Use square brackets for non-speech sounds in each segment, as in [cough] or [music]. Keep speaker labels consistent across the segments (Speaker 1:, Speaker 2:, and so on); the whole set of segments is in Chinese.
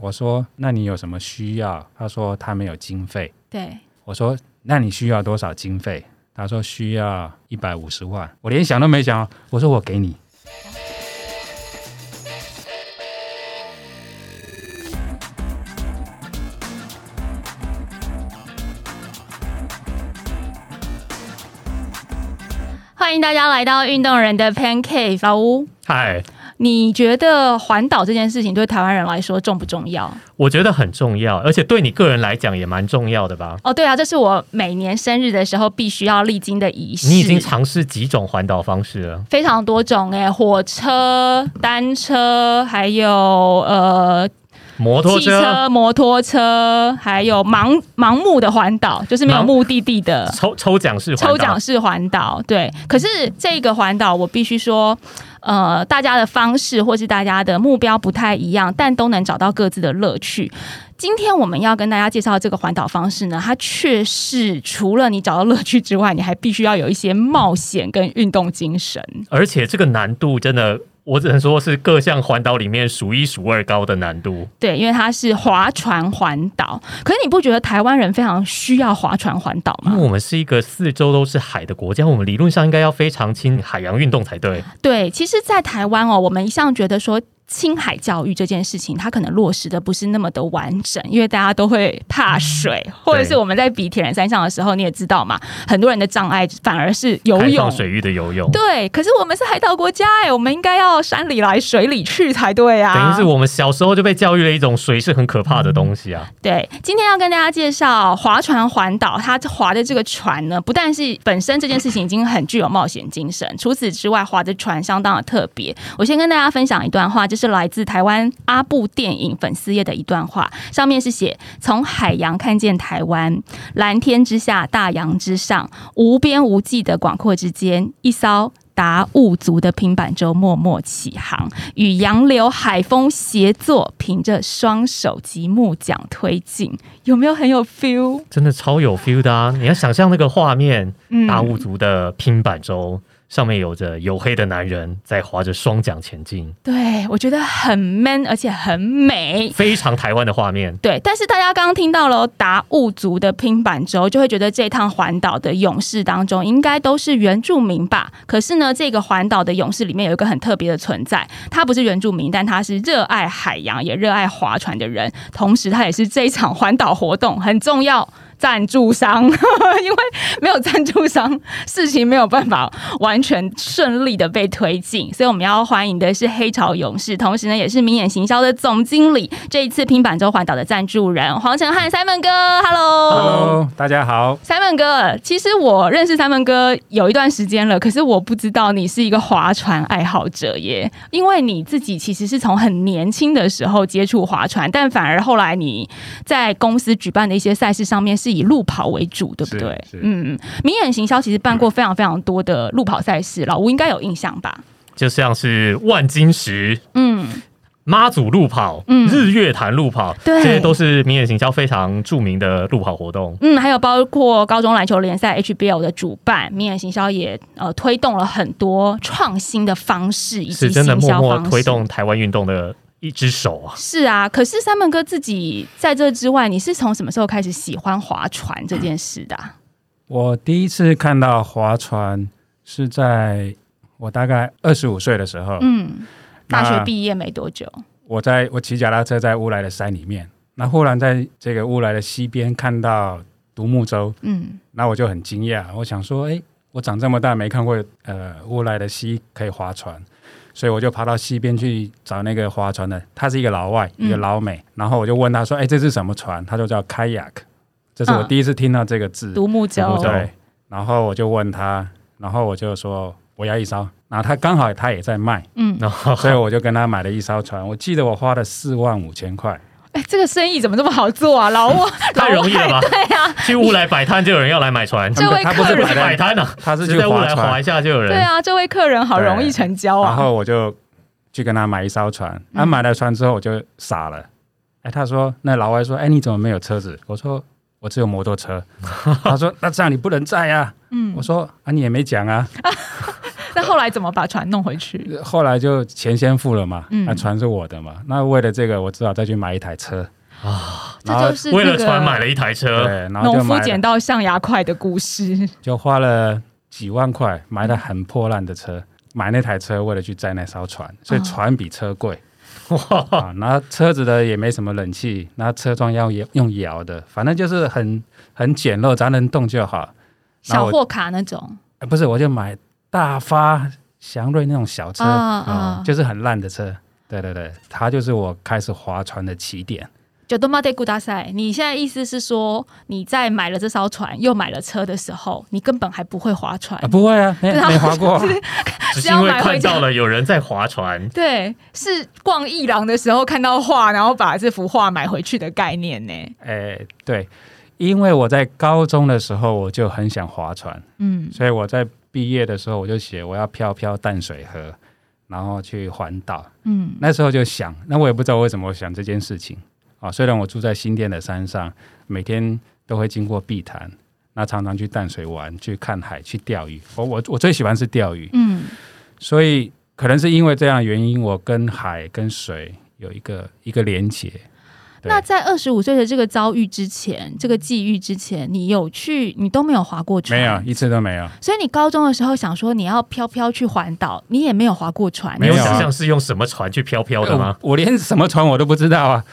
Speaker 1: 我说那你有什么需要？他说他没有经费。
Speaker 2: 对，
Speaker 1: 我说那你需要多少经费？他说需要一百五十万。我连想都没想，我说我给你。
Speaker 2: 欢迎大家来到运动人的 Pancake 房屋。
Speaker 3: 嗨，
Speaker 2: 你觉得环岛这件事情对台湾人来说重不重要？
Speaker 3: 我觉得很重要，而且对你个人来讲也蛮重要的吧？
Speaker 2: 哦，对啊，这是我每年生日的时候必须要历经的仪式。
Speaker 3: 你已经尝试几种环岛方式了？
Speaker 2: 非常多种哎、火车、单车，还有呃
Speaker 3: 摩托
Speaker 2: 汽车、摩托车，还有盲盲目的环岛，就是没有
Speaker 3: 盲
Speaker 2: 目的地的。
Speaker 3: 抽抽奖式环
Speaker 2: 抽
Speaker 3: 岛
Speaker 2: 奖式环岛，对。可是这个环岛，我必须说，呃，大家的方式或是大家的目标不太一样，但都能找到各自的乐趣。今天我们要跟大家介绍这个环岛方式呢，它却是除了你找到乐趣之外，你还必须要有一些冒险跟运动精神。
Speaker 3: 而且这个难度真的，我只能说是各项环岛里面数一数二高的难度。
Speaker 2: 对，因为它是划船环岛。可是你不觉得台湾人非常需要划船环岛
Speaker 3: 因
Speaker 2: 吗
Speaker 3: 为？我们是一个四周都是海的国家，我们理论上应该要非常亲海洋运动才对。
Speaker 2: 对，其实，在台湾哦，我们一向觉得说。青海教育这件事情，它可能落实的不是那么的完整，因为大家都会
Speaker 3: 嗯
Speaker 2: 怕水，或者是我们在比铁人三项的时候，你也知道嘛，很多人的障碍反而是游
Speaker 3: 开
Speaker 2: 泳
Speaker 3: 放。水域的游泳，
Speaker 2: 哦对，可是我们是海岛国家哎、我们应该要山里来水里去才对啊。
Speaker 3: 等于是我们小时候就被教育了一种水是很可怕的东西啊。
Speaker 2: 对，今天要跟大家介绍划船环岛，它划的这个船呢，不但是本身这件事情已经很具有冒险精神，除此之外，划的船相当的特别。我先跟大家分享一段话，这是来自台湾阿布电影粉丝页的一段话，上面是写：从海洋看见台湾，蓝天之下，大洋之上，无边无际的广阔之间，一艘。达悟族的平板舟默默起航，与洋流、海风协作，凭着双手及木桨推进，有没有很有 feel？
Speaker 3: 真的超有 feel 的啊！你要想象那个画面，
Speaker 2: 嗯
Speaker 3: 大雾族的拼板舟上面有着黝黑的男人在划着双桨前进，
Speaker 2: 对我觉得很 man，而且很美。
Speaker 3: 非常台湾的
Speaker 2: [laughs]
Speaker 3: 画面。
Speaker 2: 对，但是大家刚刚听到了达悟族的拼板舟，就会觉得这趟环岛的勇士当中，应该都是原住民吧？可是呢，这个环岛的勇士里面有一个很特别的存在，他不是原住民，但他是热爱海洋也热爱划船的人，同时他也是这一场环岛活动很重要。赞助商， [laughs] 因为没有赞助商，事情没有办法完全顺利的被推进，所以我们要欢迎的是黑潮勇士，同时呢也是明眼行销的总经理，这一次拼板舟环岛的赞助人黄晨汉 Simon 哥
Speaker 1: Hello，大家好。
Speaker 2: Simon 哥，其实我认识 Simon 哥有一段时间了，可是我不知道你是一个划船爱好者耶，因为你自己其实是从很年轻的时候接触划船，但反而后来你在公司举办的一些赛事上面是以路跑为主，对不
Speaker 1: 是
Speaker 2: 对
Speaker 1: 是？
Speaker 2: 嗯，嗯明眼行销其实办过非常非常多的路跑赛事，老吴应该有印象吧？
Speaker 3: 就像是万金石、
Speaker 2: 嗯，
Speaker 3: 妈祖路跑、
Speaker 2: 嗯
Speaker 3: 日月潭路跑，
Speaker 2: 对
Speaker 3: 这些都是明眼行销非常著名的路跑活动。
Speaker 2: 嗯，还有包括高中篮球联赛 HBL 的主办，明眼行销也呃推动了很多创新的方式以及
Speaker 3: 是
Speaker 2: 行
Speaker 3: 真
Speaker 2: 销方
Speaker 3: 的默
Speaker 2: 式。
Speaker 3: 默推动台湾运动的一只手啊！
Speaker 2: 是啊，可是三门哥自己在这之外，你是从什么时候开始喜欢划船这件事的啊、
Speaker 1: 我第一次看到划船是在我大概二十五岁的时候。
Speaker 2: 嗯，大学
Speaker 1: 那
Speaker 2: 毕业没多久，
Speaker 1: 我在我骑脚踏车在乌来的山里面，那忽然在这个乌来的西边看到独木舟，
Speaker 2: 嗯，
Speaker 1: 那我就很惊讶，我想说，哎，我长这么大没看过呃乌来的溪可以划船，所以我就爬到溪边去找那个划船的，他是一个老外，
Speaker 2: 嗯
Speaker 1: 一个老美，然后我就问他说，哎，这是什么船？他就叫 kayak，这是我第一次听到这个字，
Speaker 2: 嗯独木
Speaker 3: 独
Speaker 2: 舟
Speaker 3: 木舟，
Speaker 1: 对，然后我就问他，然后我就说我要一艘，然后他刚好他也在卖。
Speaker 2: 嗯，
Speaker 3: 然后
Speaker 1: 所以我就跟他买了一艘船。我记得我花了四万五千块，
Speaker 2: 哎、这个生意怎么这么好做啊？老外，
Speaker 3: 太容易了吧
Speaker 2: 老外 [laughs] 对啊，
Speaker 3: 去乌来摆摊就有人要来买船，
Speaker 2: 这位
Speaker 1: 他不
Speaker 2: 客
Speaker 1: 是
Speaker 2: 人
Speaker 1: 摆
Speaker 3: 摆
Speaker 1: 摊，
Speaker 3: 摊啊，
Speaker 1: 他是
Speaker 3: 就
Speaker 1: 去
Speaker 3: 在乌
Speaker 1: 划
Speaker 3: 来划
Speaker 1: 船
Speaker 3: 一。下就有
Speaker 2: 对
Speaker 3: 人。
Speaker 2: 啊，这位客人好容易成交
Speaker 1: 然
Speaker 2: 啊。
Speaker 1: 后我就去跟他买一艘船。他、
Speaker 2: 嗯
Speaker 1: 买了船之后，我就傻了。哎，他说那老外说，哎，你怎么没有车子？我说我只有摩托车。他说那这样你不能载啊。
Speaker 2: 嗯
Speaker 1: 我，说啊，你也没讲啊。
Speaker 2: 那
Speaker 4: 后来怎么把船弄回去？
Speaker 1: 后来就钱先付了嘛，
Speaker 4: 嗯
Speaker 1: 那船是我的嘛，那为了这个，我只好再去买一台车，
Speaker 2: 啊这
Speaker 1: 然后
Speaker 2: 就是
Speaker 3: 为
Speaker 2: 那
Speaker 3: 了
Speaker 2: 个
Speaker 3: 船买了一台
Speaker 1: 对
Speaker 3: 车，，
Speaker 1: 然后
Speaker 4: 农
Speaker 1: 就
Speaker 4: 夫
Speaker 1: 买
Speaker 4: 捡
Speaker 1: 了
Speaker 4: 到象牙块的故事，
Speaker 1: 就花了几万块买了很破烂的车，买那台车为了去载那艘
Speaker 2: 啊
Speaker 1: 船，所以
Speaker 4: 哦
Speaker 1: 船比车贵。啊，然后车子的也没什么冷气，然后车窗要摇用摇的，反正就是很很简陋，只要能动就好。然
Speaker 2: 小
Speaker 1: 后我
Speaker 2: 货卡那种
Speaker 1: 呃不是，我就买大发、祥瑞那种小车，
Speaker 2: 啊啊，
Speaker 1: 就是很烂的车。对对对，它就是我开始划船的起点。啊
Speaker 2: 就多马得古大赛。你现在意思是说，你在买了这艘船又买了车的时候，你根本还不会划船
Speaker 1: 啊，？不会啊，没
Speaker 2: 对啊
Speaker 1: 没划
Speaker 2: [laughs]
Speaker 1: 过啊、
Speaker 3: 只是因为看到了有人在划船，
Speaker 4: 对，是逛艺廊的时候看到画，然后把这幅画买回去的概念呢。
Speaker 1: 哎、对，因为我在高中的时候我就很想划船，
Speaker 4: 嗯，
Speaker 1: 所以我在毕业的时候我就写我要漂漂淡水河，然后去环岛。
Speaker 4: 嗯，
Speaker 1: 那时候就想，那我也不知道为什么我想这件事情啊。虽然我住在新店的山上，每天都会经过碧潭，那常常去淡水玩、去看海、去钓鱼。我我我最喜欢是钓鱼，
Speaker 2: 嗯，
Speaker 1: 所以可能是因为这样的原因，我跟海跟水有一个一个连结。对
Speaker 2: 那在二十五岁的这个遭遇之前，这个际遇之前，你有去，你都没有划过船，
Speaker 1: 没有一次都没有，
Speaker 2: 所以你高中的时候想说你要飘飘去环岛，你也没有划过船，
Speaker 1: 没
Speaker 3: 你
Speaker 1: 有
Speaker 3: 有
Speaker 1: 啊
Speaker 3: 想象是用什么船去飘飘的吗？
Speaker 1: 哎我我连什么船我都不知道啊。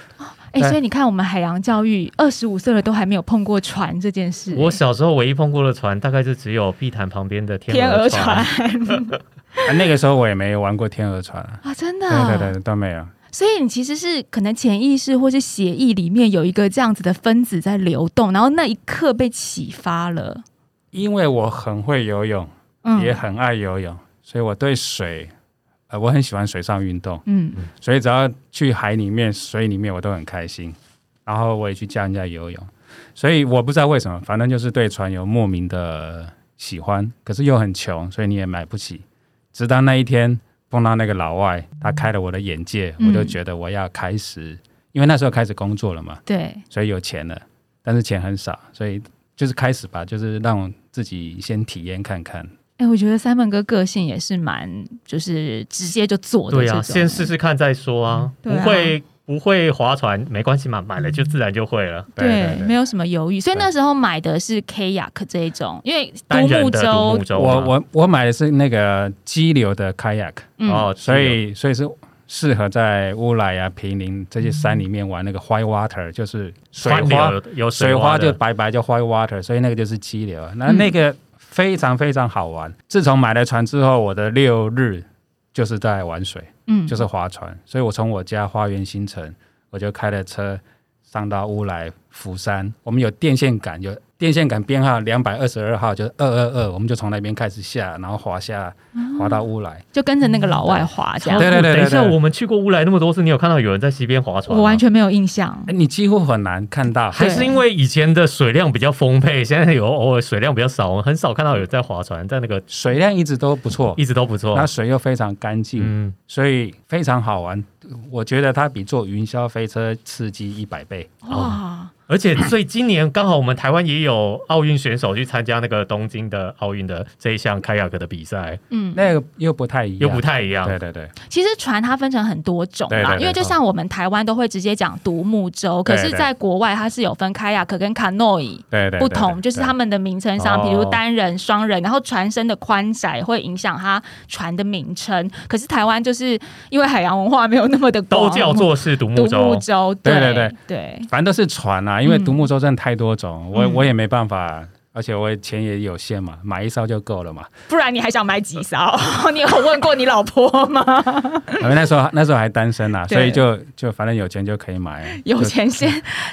Speaker 2: 哎、
Speaker 1: 对
Speaker 2: 所以你看我们海洋教育二十五岁了都还没有碰过船这件
Speaker 4: 呃
Speaker 2: 事、
Speaker 3: 我小时候唯一碰过的船，大概就只有碧潭旁边的
Speaker 4: 天鹅
Speaker 3: 鹅
Speaker 4: 船。
Speaker 1: 啊那个时候我也没有玩过天鹅船
Speaker 2: [laughs]
Speaker 1: 啊，
Speaker 2: 啊，真的，
Speaker 1: 对对对，都没有。
Speaker 2: 所以你其实是可能潜意识或是血液里面有一个这样子的分子在流动，然后那一刻被启发了，
Speaker 1: 因为我很会游泳，
Speaker 2: 嗯
Speaker 1: 也很爱游泳，所以我对水，呃，我很喜欢水上运动，
Speaker 2: 嗯
Speaker 1: 所以只要去海里面、水里面，我都很开心。然后我也去教人家游泳，所以我不知道为什么，反正就是对船有莫名的喜欢，可是又很穷，所以你也买不起。直到那一天碰到那个老外，他开了我的眼界，
Speaker 2: 嗯
Speaker 1: 我就觉得我要开始，因为那时候开始工作了嘛，
Speaker 2: 对，
Speaker 1: 所以有钱了，但是钱很少，所以就是开始吧，就是让我自己先体验看看。
Speaker 2: 哎、我觉得 Simon 哥个性也是蛮就是直接就做的
Speaker 3: 对
Speaker 2: 这种，
Speaker 3: 啊，先试试看再说啊，
Speaker 4: 嗯对
Speaker 3: 不
Speaker 4: 啊
Speaker 3: 会不会划船没关系嘛，买了就自然就会了。
Speaker 2: 对
Speaker 1: 对对
Speaker 2: 没有什么犹豫，所以
Speaker 1: 对
Speaker 2: 那时候买的是 kayak 这一种，因为独
Speaker 3: 单
Speaker 2: 木
Speaker 3: 人的独
Speaker 2: 舟
Speaker 3: 木，舟啊嘛，
Speaker 1: 我我我买的是那个激流的 kayak，
Speaker 2: 嗯，
Speaker 3: 哦，
Speaker 1: 所以所以是适合在乌来啊、平林这些山里面玩那个 high water，就是水
Speaker 3: 川
Speaker 1: 花，
Speaker 3: 流有
Speaker 1: 水
Speaker 3: 花
Speaker 1: 花
Speaker 3: 的
Speaker 1: 就白白叫 high water，所以那个就是激流啊。那
Speaker 2: 嗯
Speaker 1: 那个非常非常好玩。自从买了船之后，我的六日就是在玩水，
Speaker 2: 嗯，
Speaker 1: 就是划船。所以我从我家花园新城，我就开了车上到乌来福山，我们有电线杆，有电线杆编号两百二十二号，就是二二二，我们就从那边开始下，然后滑下滑到乌来。
Speaker 2: 就跟着那个老外滑这样。
Speaker 1: 对对对对
Speaker 3: 等一下，
Speaker 1: 对
Speaker 3: 我们去过乌来那么多次，你有看到有人在溪边划船
Speaker 4: 我
Speaker 3: 吗？
Speaker 4: 完全没有印象
Speaker 1: 哎，。你几乎很难看到，
Speaker 3: 还是
Speaker 4: 对
Speaker 3: 因为以前的水量比较丰沛，现在有偶尔水量比较少，我很少看到有人在划船，在那个
Speaker 1: 水量一直都不错，
Speaker 3: 一直都不错
Speaker 1: 那。水又非常干净，
Speaker 3: 嗯，
Speaker 1: 所以非常好玩。我觉得它比坐云霄飞车刺激一百倍。
Speaker 2: 哇，
Speaker 3: 而且所以今年刚好我们台湾也有奥运选手去参加那个东京的奥运的这一项开雅克的比赛，
Speaker 2: 嗯，
Speaker 1: 那个又不太一样，
Speaker 3: 又不太一样。
Speaker 1: 对对对，
Speaker 2: 其实船它分成很多种
Speaker 1: 对对
Speaker 2: 啦，
Speaker 1: 对
Speaker 2: 因为就像我们台湾都会直接讲独木舟，可是
Speaker 1: 对对
Speaker 2: 在国外它是有分 kayak 跟 canoe。
Speaker 1: 对对对
Speaker 2: 不同，
Speaker 1: 对
Speaker 2: 就是他们的名称上，
Speaker 3: 对
Speaker 2: 比如单人、双人，然后船身的宽窄会影响它船的名称。可是台湾就是因为海洋文化没有那么的
Speaker 3: 都
Speaker 2: 广，
Speaker 3: 叫做是独
Speaker 2: 独
Speaker 3: 木
Speaker 2: 木
Speaker 3: 舟，
Speaker 2: 舟，
Speaker 1: 对对
Speaker 2: 对
Speaker 1: 对
Speaker 2: 对，
Speaker 1: 反正都是船啊，因为
Speaker 2: 嗯
Speaker 1: 独木舟真的太多种，我
Speaker 2: 嗯
Speaker 1: 我也没办法，而且我钱也有限嘛，买一艘就够了嘛。 [laughs]
Speaker 4: 不然你还想买几
Speaker 3: [laughs]
Speaker 4: 艘？你有问过你老婆吗？
Speaker 1: 因为那时候那时候还单身啊，
Speaker 4: 对
Speaker 1: 所以就就反正有钱就可以买，啊
Speaker 4: 有钱先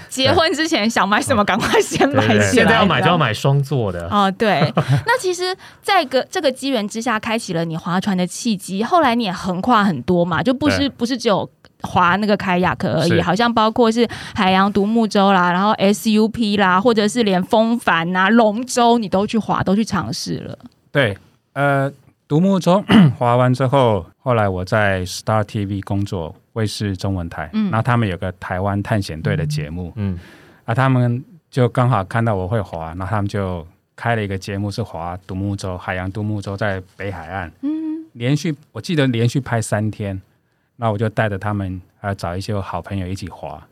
Speaker 4: 结婚之前想买什么，赶快先
Speaker 3: 对
Speaker 4: 买
Speaker 3: 哦对
Speaker 4: 起
Speaker 3: 对
Speaker 4: 来。
Speaker 3: 现在要买就要买双座的。
Speaker 1: 啊
Speaker 2: 哦，对。那其实，在个这个机缘之下，开启了你划船的契机。后来你也横跨很多嘛，就不是
Speaker 1: 对
Speaker 2: 不是只有划那个开雅克而已，
Speaker 1: 是
Speaker 2: 好像包括是海洋独木舟啦，然后 SUP 啦，或者是连风帆呐、龙舟，你都去划，都去尝试了。
Speaker 1: 对，呃，独木 [clears throat] 舟划完之后，后来我在 Star TV 工作，卫视中文台，
Speaker 2: 嗯
Speaker 1: 然后他们有个台湾探险队的节目，
Speaker 3: 嗯，
Speaker 1: 啊，他们就刚好看到我会划，然后他们就开了一个节目是划独木舟，海洋独木舟在北海岸，
Speaker 2: 嗯，
Speaker 1: 连续我记得连续拍三天，那我就带着他们还有找一些好朋友一起滑，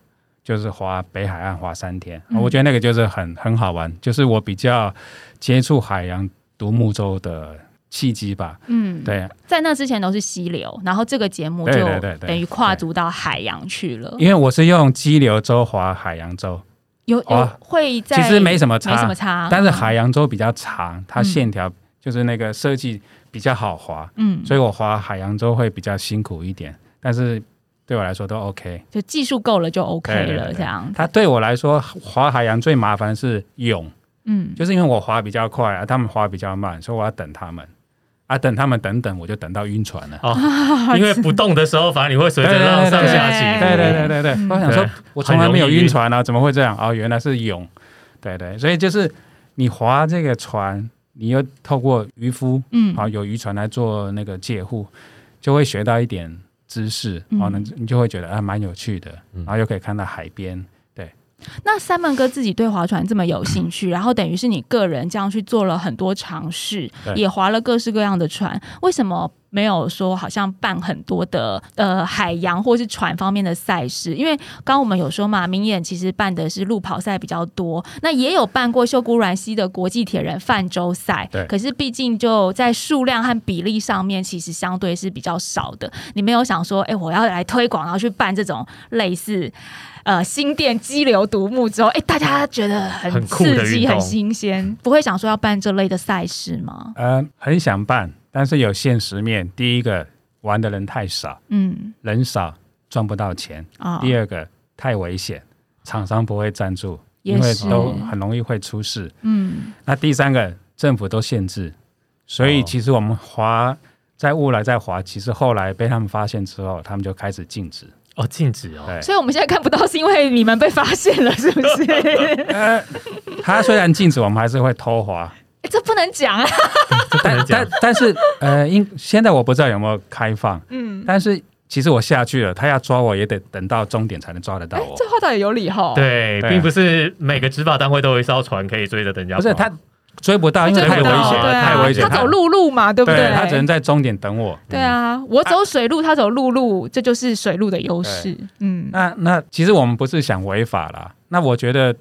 Speaker 1: 就是滑北海岸滑三天，
Speaker 4: 嗯
Speaker 1: 我觉得那个就是很很好玩，就是我比较接触海洋独木舟的契机吧。
Speaker 2: 嗯，
Speaker 1: 对，
Speaker 2: 在那之前都是溪流，然后这个节目就
Speaker 1: 对对对对
Speaker 2: 等于跨足到海洋去了。
Speaker 1: 因为我是用激流舟滑海洋舟，
Speaker 2: 有有
Speaker 1: 哇
Speaker 2: 会在
Speaker 1: 其实没什么差，
Speaker 2: 没什么差，
Speaker 1: 但是海洋舟比较长，它
Speaker 2: 嗯
Speaker 1: 线条就是那个设计比较好滑，
Speaker 2: 嗯，
Speaker 1: 所以我滑海洋舟会比较辛苦一点，但是对我来说都 OK。
Speaker 2: 就技术够了就 OK
Speaker 1: 对对对
Speaker 2: 了，
Speaker 1: 对
Speaker 2: 这样
Speaker 1: 它对我来说滑海洋最麻烦是泳，
Speaker 2: 嗯，
Speaker 1: 就是因为我滑比较快啊，他们滑比较慢，所以我要等他们啊，等他们等等，我就等到晕船了。
Speaker 3: 哦因为不动的时候，反而你会随着浪上下起伏。
Speaker 1: 啊对对对对对，
Speaker 4: 嗯
Speaker 1: 我想说
Speaker 3: 对，
Speaker 1: 我从来没有晕船啊，怎么会这样？哦，原来是泳，对对，所以就是你划这个船，你又透过渔夫，
Speaker 2: 嗯
Speaker 1: 啊，有渔船来做那个借护，就会学到一点知识，
Speaker 2: 嗯
Speaker 1: 哦，那你就会觉得啊，蛮有趣的，
Speaker 3: 嗯
Speaker 1: 然后又可以看到海边，
Speaker 2: 那三门哥自己对划船这么有兴趣，然后等于是你个人这样去做了很多尝试，
Speaker 1: 对
Speaker 2: 也划了各式各样的船，为什么没有说好像办很多的呃海洋或是船方面的赛事？因为刚刚我们有说嘛，明眼其实办的是路跑赛比较多，那也有办过秀姑峦溪的国际铁人泛舟赛
Speaker 1: 对，
Speaker 2: 可是毕竟就在数量和比例上面，其实相对是比较少的。你没有想说，哎、我要来推广，然后去办这种类似呃新店激流独木舟，哎、大家觉得很
Speaker 3: 很酷的
Speaker 2: 刺激、
Speaker 3: 运动
Speaker 2: 很新鲜，不会想说要办这类的赛事吗？
Speaker 1: 呃，很想办，但是有现实面，第一个玩的人太少，
Speaker 2: 嗯
Speaker 1: 人少赚不到钱，
Speaker 2: 啊，
Speaker 1: 第二个太危险，厂商不会赞助，因
Speaker 2: 也
Speaker 1: 为
Speaker 2: 是，
Speaker 1: 都很容易会出事。
Speaker 2: 嗯
Speaker 1: 那第三个，政府都限制，所以
Speaker 3: 哦
Speaker 1: 其实我们华在雾来在华，其实后来被他们发现之后，他们就开始禁止。
Speaker 3: 哦，禁止哦。
Speaker 1: 对，
Speaker 2: 所以我们现在看不到是因为你们被发现了，是不是？
Speaker 3: [laughs]
Speaker 2: 哎
Speaker 1: 呃，他虽然禁止，我们还是会偷滑，
Speaker 2: 这不能讲啊，
Speaker 3: 这不能讲
Speaker 1: 但但是呃，因现在我不知道有没有开放，
Speaker 4: 嗯，
Speaker 1: 但是其实我下去了，他要抓我也得等到终点才能抓得到
Speaker 4: 哎，
Speaker 3: 哦
Speaker 1: 我。
Speaker 4: 这话倒也有理哈。，
Speaker 3: 对，
Speaker 1: 对啊
Speaker 3: 并不是每个执法单位都有一艘船可以追着人家
Speaker 1: 不
Speaker 3: 跑。
Speaker 1: 是他追不到，因为
Speaker 3: 追
Speaker 1: 太危
Speaker 3: 不到
Speaker 1: 险，
Speaker 4: 对啊
Speaker 1: 太危险。
Speaker 4: 他走陆路嘛，对不
Speaker 1: 对
Speaker 4: 对？
Speaker 1: 他只能在嗯终点等我。
Speaker 2: 对啊，我走水路，他走陆路，这就是水路的优势。
Speaker 4: 嗯，
Speaker 1: 那那其实我们不是想违法啦，那我觉得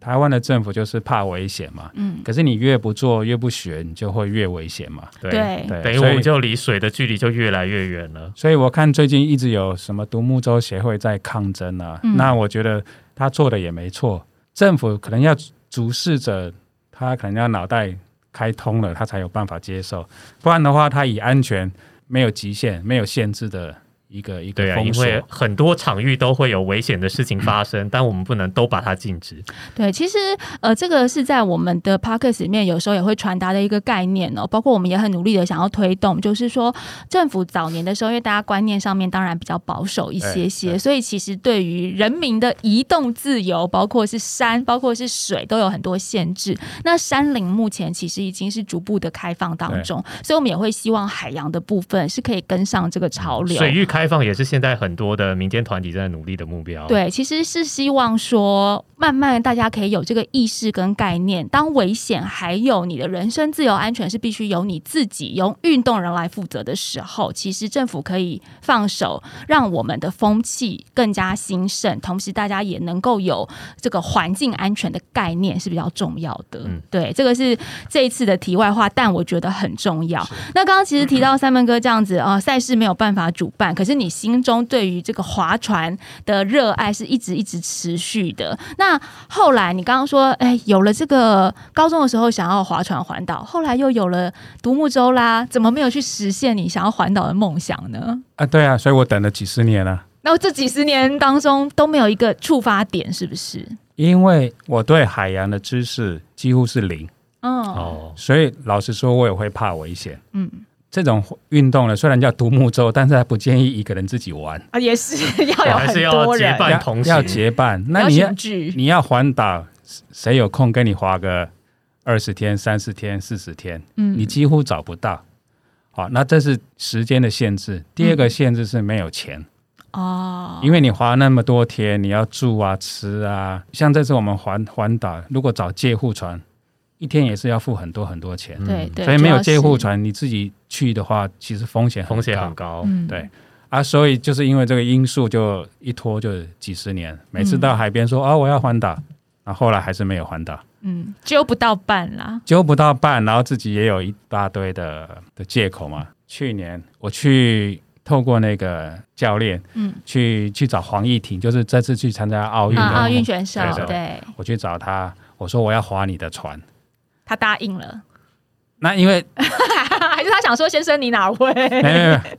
Speaker 1: 台湾的政府就是怕危险嘛。
Speaker 2: 嗯，
Speaker 1: 可是你越不做越不学，你就会越危险嘛。
Speaker 3: 对，
Speaker 2: 对，
Speaker 1: 对，
Speaker 3: 等于我
Speaker 1: 所以
Speaker 3: 们就离水的距离就越来越远了。
Speaker 1: 所以我看最近一直有什么独木舟协会在抗争啊，
Speaker 2: 嗯
Speaker 1: 那我觉得他做的也没错，政府可能要主事者，他可能要脑袋开通了，他才有办法接受，不然的话，他以安全没有极限、没有限制的一个一个
Speaker 3: 对啊，
Speaker 1: 封
Speaker 3: 因
Speaker 1: 锁。
Speaker 3: 为很多场域都会有危险的事情发生，但我们不能都把它禁止。
Speaker 2: 对，其实呃，这个是在我们的 podcast 里面有时候也会传达的一个概念哦，包括我们也很努力的想要推动，就是说政府早年的时候，因为大家观念上面当然比较保守一些
Speaker 1: 哎
Speaker 2: 些，
Speaker 1: 对
Speaker 2: 所以其实对于人民的移动自由，包括是山，包括是水，都有很多限制。那山林目前其实已经是逐步的开放当中，所以我们也会希望海洋的部分是可以跟上这个潮流。
Speaker 3: 水域开放也是现在很多的民间团体在努力的目标。，
Speaker 2: 对，其实是希望说，慢慢大家可以有这个意识跟概念，当危险还有你的人身自由安全是必须由你自己由运动人来负责的时候，其实政府可以放手，让我们的风气更加兴盛，同时大家也能够有这个环境安全的概念是比较重要的。
Speaker 3: 嗯
Speaker 2: 对，这个是这一次的题外话，但我觉得很重要。那刚刚其实提
Speaker 1: [clears throat]
Speaker 2: 到三门哥这样子啊，呃赛、事没有办法主办，可是你心中对于这个划船的热爱是一直一直持续的。那后来你刚刚说，哎、有了这个高中的时候想要划船环岛，后来又有了独木舟啦，怎么没有去实现你想要环岛的梦想呢？
Speaker 1: 啊，对啊，所以我等了几十年啊了，
Speaker 2: 然后这几十年当中都没有一个触发点，是不是？
Speaker 1: 因为我对海洋的知识几乎是零，
Speaker 2: 嗯，
Speaker 3: 哦，
Speaker 1: 所以老实说，我也会怕危险。
Speaker 2: 嗯，
Speaker 1: 这种运动呢，虽然叫独木舟，但是还不建议一个人自己玩，
Speaker 4: 啊，也是要有
Speaker 3: 还是
Speaker 4: 很
Speaker 3: 要
Speaker 4: 多人
Speaker 3: 结，伴
Speaker 1: 要
Speaker 3: 同行
Speaker 1: 要结伴。那
Speaker 4: 要
Speaker 1: 你要
Speaker 4: 群聚，
Speaker 1: 你要环岛，谁谁有空跟你划个二十天、三十天、四十天？
Speaker 2: 嗯
Speaker 1: 你几乎找不到。好，那这是时间的限制。第二个限制是没有钱，
Speaker 2: 嗯哦，
Speaker 1: 因为你划那么多天，你要住啊、吃啊。像这次我们环环岛，如果找借护船，一天也是要付很多很多钱，
Speaker 3: 嗯
Speaker 2: 对对，
Speaker 1: 所以没有
Speaker 2: 主要
Speaker 1: 借
Speaker 2: 是
Speaker 1: 护船，你自己去的话，其实风险很
Speaker 3: 风险
Speaker 1: 高
Speaker 3: 很高。
Speaker 4: 嗯
Speaker 1: 对啊，所以就是因为这个因素，就一拖就几十年。每次到海边说、啊，我要环岛，然后后来还是没有环岛，
Speaker 2: 嗯，揪不到半啦。
Speaker 1: 揪不到半，然后自己也有一大堆的的借口嘛。去年我去透过那个教练
Speaker 2: 嗯，
Speaker 1: 去去找黄义婷，就是这次去参加奥运的，
Speaker 2: 啊，奥运选手
Speaker 1: 嗯对对
Speaker 2: 对，
Speaker 1: 我去找他，我说我要划你的船。
Speaker 2: 他答应了， [laughs]
Speaker 1: 那因为
Speaker 4: 还是他想说先生你哪位？
Speaker 1: 没没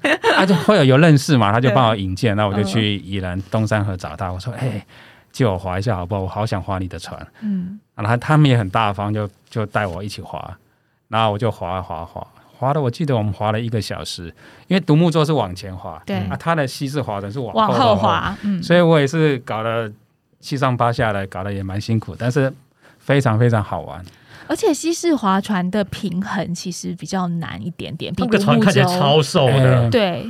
Speaker 1: 没，他就会有有认识嘛，他就帮我引荐，那我就去宜兰东山河找他，我说：“哎、借我划一下好不好？我好想划你的船。”
Speaker 4: 嗯，
Speaker 1: 然后他们也很大方，就就带我一起划，然后我就划划划，划的我记得我们划了一个小时，因为独木舟是往前划，
Speaker 2: 对
Speaker 1: 啊，他的西式划船是 [laughs] 往
Speaker 2: 往
Speaker 1: 后
Speaker 2: 后，滑，嗯，
Speaker 1: 所以我也是搞得七上八下的，搞得也蛮辛苦，但是非常非常好玩。
Speaker 2: 而且西式划船的平衡其实比较难一点点，比
Speaker 3: 那个
Speaker 2: 独
Speaker 3: 船
Speaker 2: 木
Speaker 3: 看起来
Speaker 2: 舟
Speaker 3: 超瘦的
Speaker 1: 哎，
Speaker 2: 对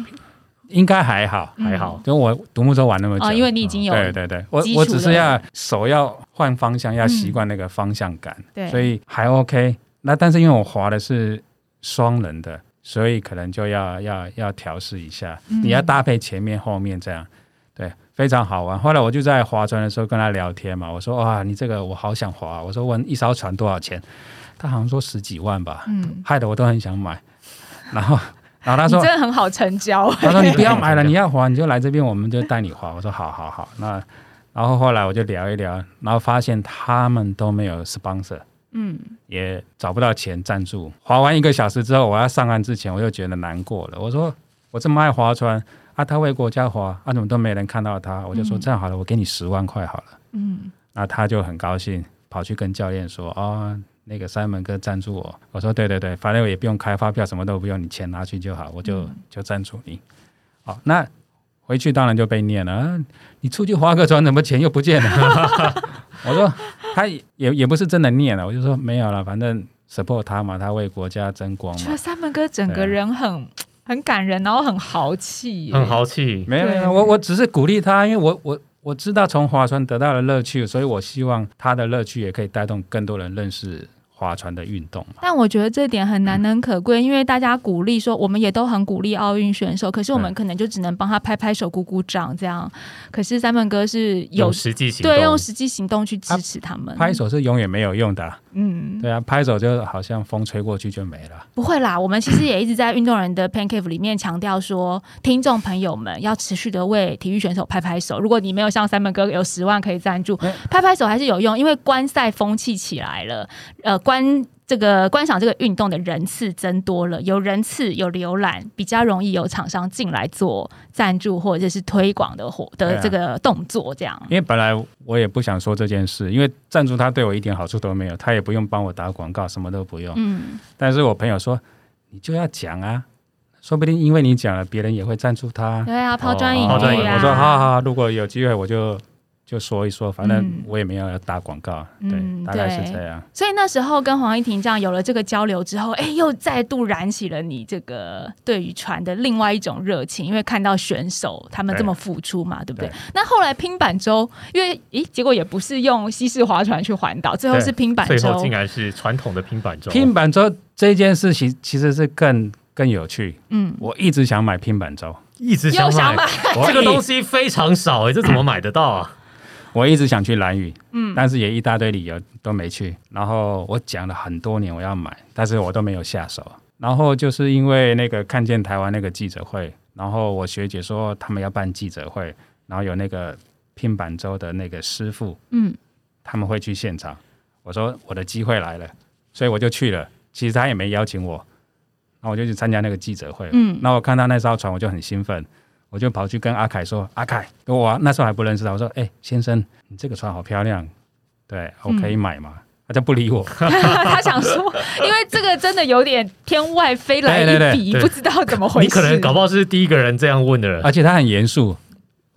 Speaker 1: 应该还好，
Speaker 2: 嗯
Speaker 3: 还好。
Speaker 1: 跟我独木舟玩那么久，
Speaker 2: 哦，因为你已经有
Speaker 1: 对对对，我
Speaker 2: 基础
Speaker 1: 我
Speaker 2: 的
Speaker 1: 只是要手要换方向，要习惯那个方向感，
Speaker 2: 嗯
Speaker 4: 对
Speaker 1: 所以还 OK。那但是因为我滑的是双人的，所以可能就要要要调试一下，
Speaker 2: 嗯
Speaker 1: 你要搭配前面后面这样，对，非常好玩。后来我就在划船的时候跟他聊天嘛，我说哇，你这个我好想划，啊我说问一艘船多少钱，他好像说十几万吧，
Speaker 4: 嗯，
Speaker 1: 害得我都很想买。然后然后他
Speaker 4: 你
Speaker 1: 说嗯
Speaker 4: 真的很好成交。
Speaker 1: 他
Speaker 2: [laughs]
Speaker 1: 说：“你不要买了，
Speaker 3: 对
Speaker 1: 你要滑你就来这边，我们就带你滑。”我说：“好好好。那”然后后来我就聊一聊，然后发现他们都没有 sponsor，
Speaker 2: 嗯
Speaker 1: 也找不到钱赞助。滑完一个小时之后，我要上岸之前，我就觉得难过了。我说：“我这么爱划船啊，他为国家划啊，怎么都没人看到他？”我就说：“这样好了，我给你十万块好了。
Speaker 2: 嗯，”
Speaker 1: 那他就很高兴，跑去跟教练说：“哦。”那个山门哥赞助我，我说对对对，反正我也不用开发票，什么都不用，你钱拿去就好，我就、就赞助你。好，那回去当然就被念了，啊你出去划个船，怎么钱又不见了？ [laughs] 我说他也也不是真的念了，我就说没有了，反正 support 他嘛，他为国家争光
Speaker 4: 觉
Speaker 1: 嘛
Speaker 4: 得。三门哥整个人很很感人，然后很豪气
Speaker 1: 哎
Speaker 4: 耶，
Speaker 3: 很豪气。
Speaker 1: 没有没
Speaker 4: 对
Speaker 1: 有，我我只是鼓励他，因为我我我知道从划船得到了乐趣，所以我希望他的乐趣也可以带动更多人认识划船的运动嘛。
Speaker 2: 但我觉得这点很难能可贵，因为大家鼓励说，我们也都很鼓励奥运选手，可是我们
Speaker 1: 嗯
Speaker 2: 可能就只能帮他拍拍手、鼓鼓掌这样。可是三本哥是有
Speaker 3: 有实际行动，
Speaker 2: 对用实际行动去支持他们，
Speaker 1: 拍手是永远没有用的啊、
Speaker 4: 嗯，
Speaker 1: 对啊，拍手就好像风吹过去就没了。
Speaker 2: 不会啦，我们其实也一直在运动人的 Pancave 里面强调说，听众朋友们要持续的为体育选手拍拍手。如果你没有像三门哥有十万可以赞助
Speaker 1: 嗯，
Speaker 2: 拍拍手还是有用，因为观赛风气起来了，呃，观这个观赏这个运动的人次增多了，有人次有浏览，比较容易有厂商进来做赞助或者是推广的活
Speaker 1: 对
Speaker 2: 的
Speaker 1: 啊
Speaker 2: 这个动作，这样。
Speaker 1: 因为本来我也不想说这件事，因为赞助他对我一点好处都没有，他也不用帮我打广告，什么都不用。
Speaker 2: 嗯，
Speaker 1: 但是我朋友说，你就要讲啊，说不定因为你讲了，别人也会赞助他啊。
Speaker 2: 对啊，抛砖引
Speaker 3: 哦抛砖引
Speaker 2: 玉
Speaker 3: 玉
Speaker 2: 啊，
Speaker 1: 我说好好，好如果有机会我就就说一说，反正
Speaker 2: 嗯
Speaker 1: 我也没有要打广告，
Speaker 2: 嗯
Speaker 1: 对，大概
Speaker 2: 对
Speaker 1: 是这样。
Speaker 2: 所以那时候跟黄一婷这样有了这个交流之后，哎，又再度燃起了你这个对于船的另外一种热情，因为看到选手他们这么付出嘛，对不对？
Speaker 1: 对
Speaker 2: 那后来拼板舟，因为咦，结果也不是用西式划船去环岛，最后
Speaker 1: 对
Speaker 2: 是拼板
Speaker 3: 最后
Speaker 2: 舟
Speaker 3: 竟，然是传统的拼板舟。
Speaker 1: 拼板舟这件事情其实是更更有趣，
Speaker 2: 嗯，
Speaker 1: 我一直想买拼板舟，
Speaker 3: 一直
Speaker 2: 又
Speaker 3: 想
Speaker 2: 想买，
Speaker 1: 我
Speaker 3: 这个
Speaker 1: 一
Speaker 3: 东西非常少哎、这怎么买得到啊？
Speaker 1: 我一直想去蓝屿，嗯，但是也一大堆理由都没去。然后我讲了很多年我要买，但是我都没有下手。然后就是因为那个看见台湾那个记者会，然后我学姐说他们要办记者会，然后有那个拼板舟的那个师傅，
Speaker 2: 嗯，
Speaker 1: 他们会去现场。我说我的机会来了，所以我就去了。其实他也没邀请我，然后我就去参加那个记者会。
Speaker 2: 嗯
Speaker 1: 那我看到那艘船，我就很兴奋，我就跑去跟阿凯说：“阿凯，我啊那时候还不认识他，我说：‘哎、先生，你这个船好漂亮，对我可以买吗？’他就不理我，
Speaker 2: [laughs] 他想说，因为这个真的有点天外飞来一笔，
Speaker 1: 对对
Speaker 3: 对
Speaker 2: 不知道怎么回事。
Speaker 3: 你可能搞不好是第一个人这样问的人。
Speaker 1: 而且他很严肃，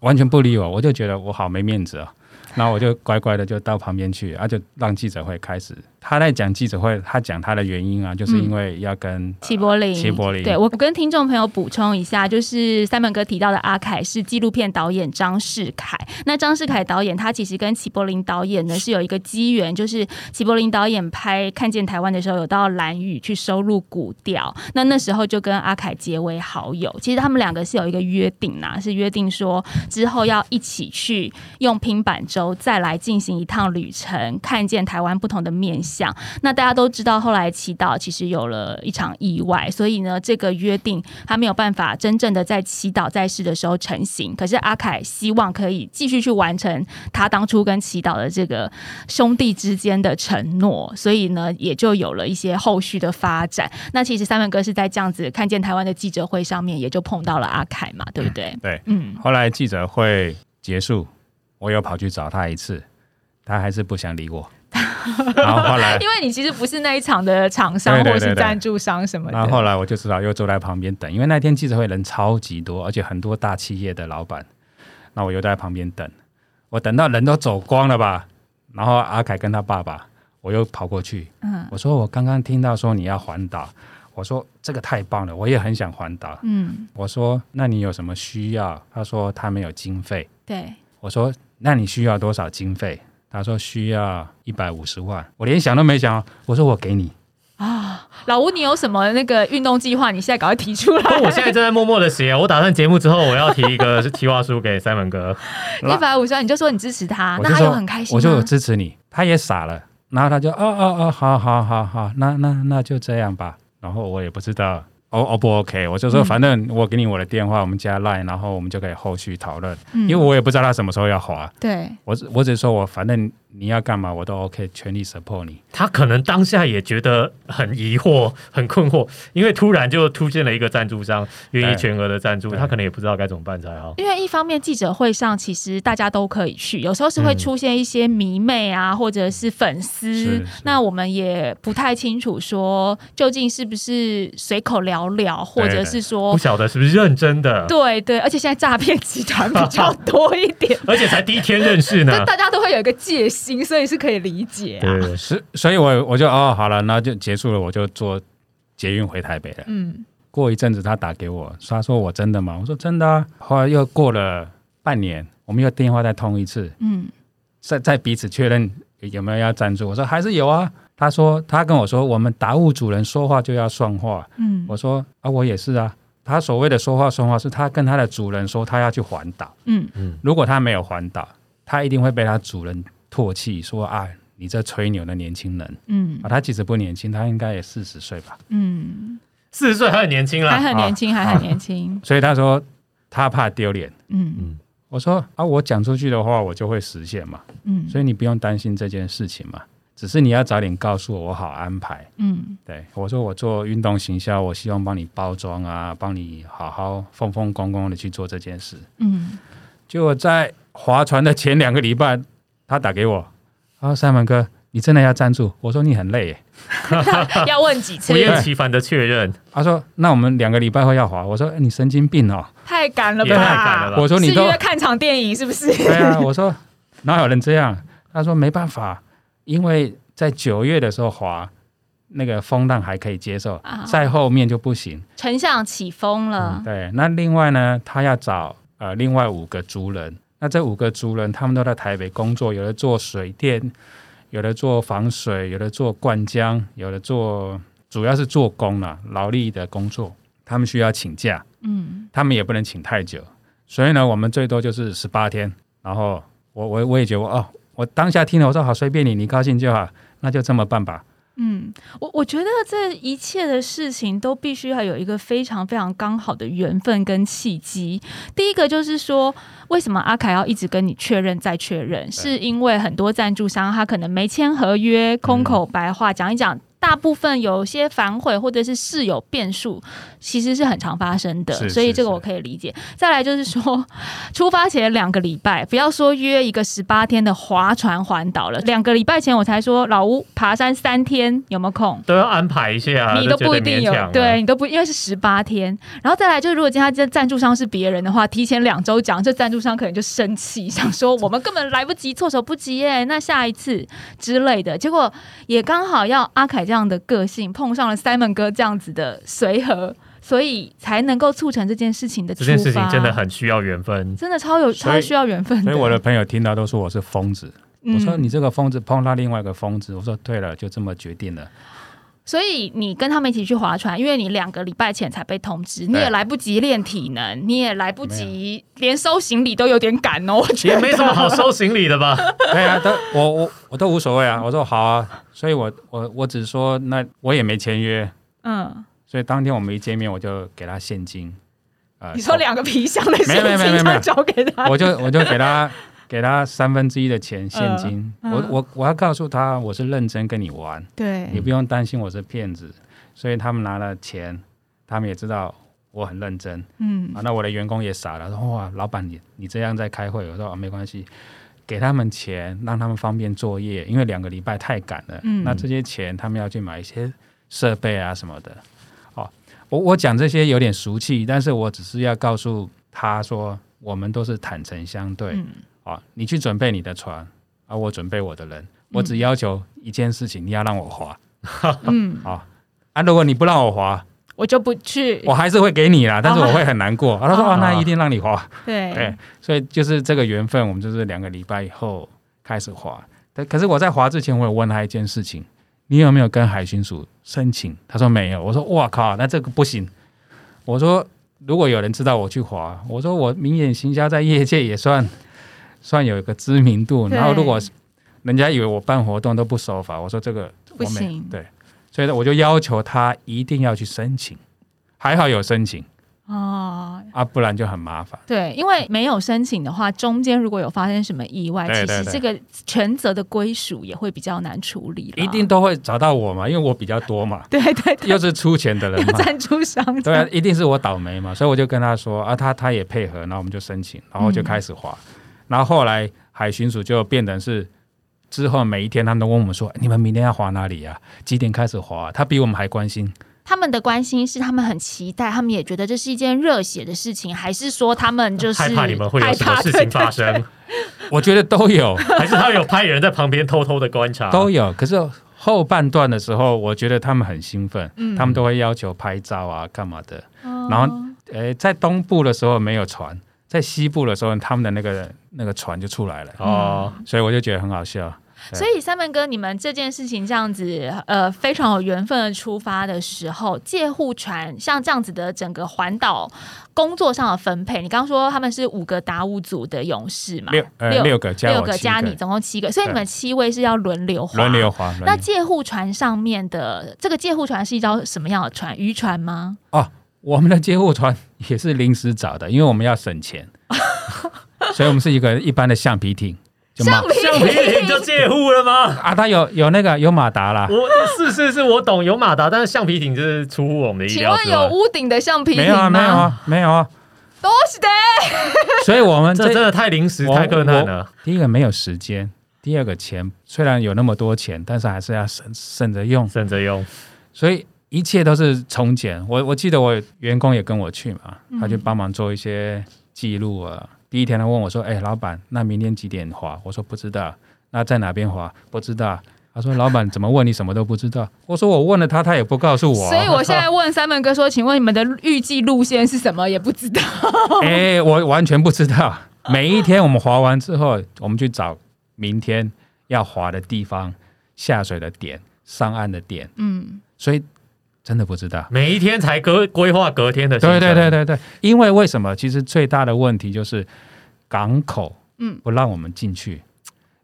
Speaker 1: 完全不理我，我就觉得我好没面子啊、然后我就乖乖的就到旁边去，啊，就让记者会开始。他在讲记者会，他讲他的原因啊，就是因为要跟
Speaker 2: 齐柏林，
Speaker 1: 齐柏林
Speaker 2: 对我跟听众朋友补充一下，就是三本哥提到的阿凯是纪录片导演张世凯。那张世凯导演他其实跟齐柏林导演呢是有一个机缘，就是齐柏林导演拍《看见台湾》的时候，有到兰屿去收录古调，那那时候就跟阿凯结为好友。其实他们两个是有一个约定啦、是约定说之后要一起去用平板舟再来进行一趟旅程，看见台湾不同的面相。那大家都知道，后来祈祷其实有了一场意外，所以呢，这个约定他没有办法真正的在祈祷在世的时候成型。可是阿凯希望可以继续去完成他当初跟祈祷的这个兄弟之间的承诺，所以呢，也就有了一些后续的发展。那其实三本哥是在这样子看见台湾的记者会上面，也就碰到了阿凯嘛，对不对？
Speaker 1: 对。
Speaker 2: 嗯，
Speaker 1: 后来记者会结束，我又跑去找他一次，他还是不想理我。然后后来，
Speaker 4: 因为你其实不是那一场的厂商
Speaker 1: 对嗯对
Speaker 4: 或
Speaker 1: 对
Speaker 4: 是
Speaker 1: 对
Speaker 4: 赞助商什么
Speaker 1: 然后后
Speaker 4: 的，
Speaker 1: 来我就知道又坐在旁边等，因为那天记者会人超级多，而且很多大企业的老板，那我又在旁边等，我等到人都走光了吧，然后阿凯跟他爸爸，我又跑过去，
Speaker 2: 嗯
Speaker 1: 我说我刚刚听到说你要环岛，我说这个太棒了，我也很想环岛，
Speaker 2: 嗯，
Speaker 1: 我说那你有什么需要？他说他没有经费，
Speaker 2: 对，
Speaker 1: 我说那你需要多少经费？他说需要一百五十万，我连想都没想哦，我说我给你，
Speaker 4: 老吴，你有什么那个运动计划？你现在赶快提出
Speaker 3: 不
Speaker 4: 来。
Speaker 3: 过我现在正在默默的写，我打算节目之后我要提一个 [laughs] 是提话书给三文哥。
Speaker 4: 一百五十万，你就说你支持他，
Speaker 1: 我
Speaker 4: 啊那
Speaker 1: 就
Speaker 4: 他有
Speaker 1: 说
Speaker 4: 很开
Speaker 2: 啊
Speaker 4: 心
Speaker 1: 我就有
Speaker 4: 吗？
Speaker 1: 支持你。他也傻了，然后他就哦哦哦，好好好好，那那那就这样吧。然后我也不知道。哦哦不 OK，我就
Speaker 4: 嗯
Speaker 1: 说反正我给你我的电话，我们加 Line，然后我们就可以后续讨论。
Speaker 2: 嗯
Speaker 1: 因为我也不知道他什么时候要滑，
Speaker 2: 对，
Speaker 1: 我只我只是说我反正你要干嘛我都 OK，全力 support 你。
Speaker 3: 他可能当下也觉得很疑惑、很困惑，因为突然就出现了一个赞助商愿意
Speaker 1: 对
Speaker 3: 全额的赞助，
Speaker 1: 对
Speaker 3: 他可能也不知道该怎么办才好。
Speaker 2: 因为一方面记者会上其实大家都可以去，有时候是会出现一些迷妹啊，或者是粉丝
Speaker 1: 嗯是是，
Speaker 2: 那我们也不太清楚说究竟是不是随口聊聊，或者是说
Speaker 3: 不。晓得是不是认真
Speaker 1: 啊
Speaker 3: 的，
Speaker 2: 哦对对，而且现在诈骗集团比较多一
Speaker 1: [laughs]
Speaker 2: 点，
Speaker 3: 而且才第一天认识
Speaker 4: 就
Speaker 1: 啊
Speaker 2: [laughs]
Speaker 3: 呢。
Speaker 4: 大家都会有一个戒心，所以是可以理解啊。
Speaker 3: 对，
Speaker 1: 是，所以我我就哦好了，那就结束了，我就坐捷运回台北了。
Speaker 4: 嗯，
Speaker 1: 过一阵子他打给我，他说我真的吗？我说真的、啊。后来又过了半年，我们又电话再通一次，
Speaker 2: 嗯，
Speaker 1: 再再彼此确认有没有要赞助。我说还是有啊。他说他跟我说，我们达悟主人说话就要算话。
Speaker 2: 嗯
Speaker 1: 我说啊，我也是啊。他所谓的说话算话，是他跟他的主人说他要去环岛，
Speaker 2: 嗯
Speaker 1: 如果他没有环岛，他一定会被他主人唾弃，说啊，你这吹牛的年轻人
Speaker 2: 嗯
Speaker 1: 啊。他其实不年轻，他应该也四十岁吧。
Speaker 2: 嗯，
Speaker 3: 四十岁还很年轻
Speaker 1: 啊
Speaker 2: 还
Speaker 3: 啦。
Speaker 2: 很年轻，还很年轻，
Speaker 1: 所以他说他怕丢脸。
Speaker 2: 嗯
Speaker 1: 我说啊，我讲出去的话，我就会实现嘛，
Speaker 2: 嗯
Speaker 1: 所以你不用担心这件事情嘛。只是你要早点告诉我，我好安排。
Speaker 2: 嗯
Speaker 1: 对我说，我做运动行销，我希望帮你包装啊，帮你好好风风光光的去做这件事。
Speaker 2: 嗯，
Speaker 1: 结果在划船的前两个礼拜，他打给我，他说：“三门哥，你真的要赞助？”我说：“你很累耶。 [laughs]
Speaker 4: 要问几次
Speaker 3: 不？厌其烦的确认，”
Speaker 1: 他说：“那我们两个礼拜后要划。”我说哎：“你神经病哦
Speaker 4: 太赶了吧？
Speaker 3: 也太赶了吧
Speaker 1: 我说你
Speaker 4: 是
Speaker 1: 都
Speaker 4: 约看场电影是不是？！”
Speaker 1: [laughs] 对啊，我说哪有人这样？他说：“没办法，因为在九月的时候划，那个风浪还可以接受
Speaker 2: 啊，
Speaker 1: 在后面就不行。”
Speaker 2: [laughs] 丞相起风了，
Speaker 1: 对，那另外呢，他要找呃另外五个族人，那这五个族人他们都在台北工作，有的做水电，有的做防水，有的做灌浆，有的做主要是做工啦、劳力的工作，他们需要请假，
Speaker 2: 嗯
Speaker 1: 他们也不能请太久，所以呢，我们最多就是十八天。然后我我我也觉得哦，我当下听了我说好随便你，你高兴就好，那就这么办吧。
Speaker 2: 嗯，我我觉得这一切的事情都必须要有一个非常非常刚好的缘分跟契机。第一个就是说，为什么阿凯要一直跟你确认再确认？是因为很多赞助商他可能没签合约，空口白话讲一讲。大部分有些反悔或者是室友变数，其实是很常发生的，
Speaker 1: 是
Speaker 2: 所以
Speaker 1: 是
Speaker 2: 这个
Speaker 1: 是
Speaker 2: 我可以理解。再来就是说，出发前两个礼拜，不要说约一个十八天的划船环岛了，两个礼拜前我才说老吴爬山三天有没有空？
Speaker 3: 都要安排一下，
Speaker 2: 你都
Speaker 3: 啊就觉
Speaker 2: 不
Speaker 3: 得
Speaker 2: 一定
Speaker 3: 勉
Speaker 2: 有
Speaker 3: 强，了
Speaker 2: 对你都不因为是十八天，然后再来就是，如果今天他这赞助商是别人的话，提前两周讲，这赞助商可能就生气，想说我们根本来不及，措手不及耶，那下一次之类的。结果也刚好要阿凯这样的个性碰上了 Simon 哥这样子的随和，所以才能够促成这件事情的出发。
Speaker 3: 这件事情真的很需要缘分。
Speaker 2: 真的超有
Speaker 1: 所以
Speaker 2: 超需要缘
Speaker 1: [laughs]
Speaker 2: 分
Speaker 1: 所以我的朋友听到都说我是疯子。我说
Speaker 2: 嗯
Speaker 1: 你这个疯子碰到另外一个疯子，我说对了，就这么决定了。
Speaker 2: 所以你跟他们一起去划船，因为你两个礼拜前才被通知，你也来不及练体能，你也来不及，连收行李都有点赶哦。我觉
Speaker 3: 也
Speaker 2: 得
Speaker 3: 没什么好收行李的吧？
Speaker 1: 对啊，都我我我都无所谓啊。我说好啊，所以我我我只说那我也没签约，
Speaker 2: [laughs] 嗯，
Speaker 1: 所以当天我们一见面我就给他现金。呃
Speaker 4: 你说两个皮箱的现
Speaker 1: 没有没有没
Speaker 4: 金
Speaker 1: 有没
Speaker 4: 要
Speaker 1: 有
Speaker 4: 交给他，
Speaker 1: 我就我就给他给他三分之一的钱现金。
Speaker 2: 嗯嗯
Speaker 1: 我我我要告诉他，我是认真跟你玩，你
Speaker 4: 对，
Speaker 1: 不用担心我是骗子。所以他们拿了钱，他们也知道我很认真
Speaker 4: 嗯，
Speaker 1: 啊。那我的员工也傻了，说哇，老板你你这样在开会，我说、啊、没关系。给他们钱，让他们方便作业，因为两个礼拜太赶了。
Speaker 4: 嗯
Speaker 1: 那这些钱他们要去买一些设备啊什么的。哦，我我讲这些有点俗气，但是我只是要告诉他说，我们都是坦诚相对。
Speaker 4: 嗯
Speaker 1: 啊，你去准备你的船，啊，我准备我的人，我只要求一件事情，你要让我滑
Speaker 4: 嗯，
Speaker 1: 啊。如果你不让我滑，
Speaker 4: 我就不去，
Speaker 1: 我还是会给你啦，但是我会很难过。啊、他说
Speaker 4: 哦
Speaker 1: 啊，那一定让你滑。
Speaker 4: 对，
Speaker 1: 对，哎所以就是这个缘分，我们就是两个礼拜以后开始滑。但可是我在滑之前，我有问他一件事情：你有没有跟海巡署申请？他说没有。我说哇靠，那这个不行。我说如果有人知道我去滑，我说我明眼行销在业界也算算有一个知名度。
Speaker 4: 对，
Speaker 1: 然后如果人家以为我办活动都不守法，我说这个我
Speaker 2: 不
Speaker 1: 没
Speaker 2: 行
Speaker 1: 对，所以呢，我就要求他一定要去申请。还好有申请
Speaker 2: 哦，
Speaker 1: 啊，不然就很麻烦。
Speaker 2: 对，因为没有申请的话，中间如果有发生什么意外，
Speaker 1: 对对
Speaker 2: 其实这个全责的归属也会比较难处理啦。
Speaker 1: 一定都会找到我嘛，因为我比较多嘛
Speaker 4: 对对对，
Speaker 1: 又是出钱的人
Speaker 4: 要
Speaker 2: [laughs]
Speaker 1: 嘛，
Speaker 4: 赞助商，
Speaker 1: 对啊，一定是我倒霉嘛，所以我就跟他说啊，他他也配合，然后我们就申请，然后就开始划，然后后来海巡署就变成是。之后每一天，他们都问我们说：“哎你们明天要划哪里呀、几点开始划、啊他比我们还关心。
Speaker 2: 他们的关心是他们很期待，他们也觉得这是一件热血的事情，还是说他们 [laughs] 就是
Speaker 3: 害怕你们会有什么
Speaker 2: 害怕
Speaker 3: 事情哎发生，
Speaker 1: 我觉得都有，
Speaker 3: 还是他有派人在旁边偷偷的观
Speaker 2: 啊
Speaker 3: 察？
Speaker 1: 都有。可是后半段的时候，我觉得他们很兴奋，
Speaker 2: 嗯
Speaker 1: 他们都会要求拍照啊、干嘛的。
Speaker 2: 哦
Speaker 1: 然后呃，在东部的时候没有船，在西部的时候，他们的那个那个船就出来了，
Speaker 3: 哦，
Speaker 2: 嗯
Speaker 1: 所以我就觉得很好笑。对
Speaker 2: 所以三门哥，你们这件事情这样子，呃，非常有缘分的出发的时候，借护船像这样子的整个环岛工作上的分配，你刚刚说他们是五个达悟组的勇士嘛，
Speaker 1: 六呃
Speaker 2: 六
Speaker 1: 六个加我
Speaker 2: 六个
Speaker 1: 七
Speaker 2: 加你，总共七个，所以你们七位是要轮流划
Speaker 1: 轮流。滑。轮流
Speaker 2: 那借护船上面的这个借护船是一艘什么样的船？渔船吗？
Speaker 1: 我们的接货团也是临时找的，因为我们要省钱，所以我们是一个一般的橡皮艇，就马
Speaker 2: 嗯
Speaker 3: 橡皮艇就借户了吗？
Speaker 1: 啊，它有有那个有马达啦，
Speaker 3: [laughs] 我是是是，我懂有马达，但是橡皮艇就是出乎我们的意
Speaker 4: 请
Speaker 3: 料
Speaker 4: 问
Speaker 3: 之
Speaker 4: 有
Speaker 3: 外。
Speaker 4: 屋顶的橡皮艇
Speaker 1: 没有啊，
Speaker 4: 吗？
Speaker 1: 没有啊，没有啊，
Speaker 4: 都是的，
Speaker 1: 所以我们
Speaker 3: 这真的太临时、
Speaker 1: 我
Speaker 3: 太困难了。
Speaker 1: 第一个没有时间，第二个钱虽然有那么多钱，但是还是要省省着用，
Speaker 3: 省着用，
Speaker 1: 所以一切都是从简。我我记得我员工也跟我去嘛，他去帮忙做一些记录啊。第一天他问我说：“哎、老板，那明天几点滑？”我说：“不知道。”那在哪边滑？不知道。他说：“老板怎么问你什么都不知道？”我说：“我问了他，他也不告诉我啊。”
Speaker 4: 所以我现在问三门哥说，请问你们的预计路线是什么？也不知道，
Speaker 1: 哎、我完全不知道。每一天我们滑完之后，我们去找明天要滑的地方、下水的点、上岸的点，
Speaker 4: 嗯，
Speaker 1: 所以真的不知道。
Speaker 3: 每一天才规规划隔天的行
Speaker 1: 对
Speaker 3: 程。
Speaker 1: 对对对对，因为为什么？其实最大的问题就是港口，
Speaker 4: 嗯
Speaker 1: 不让我们进去。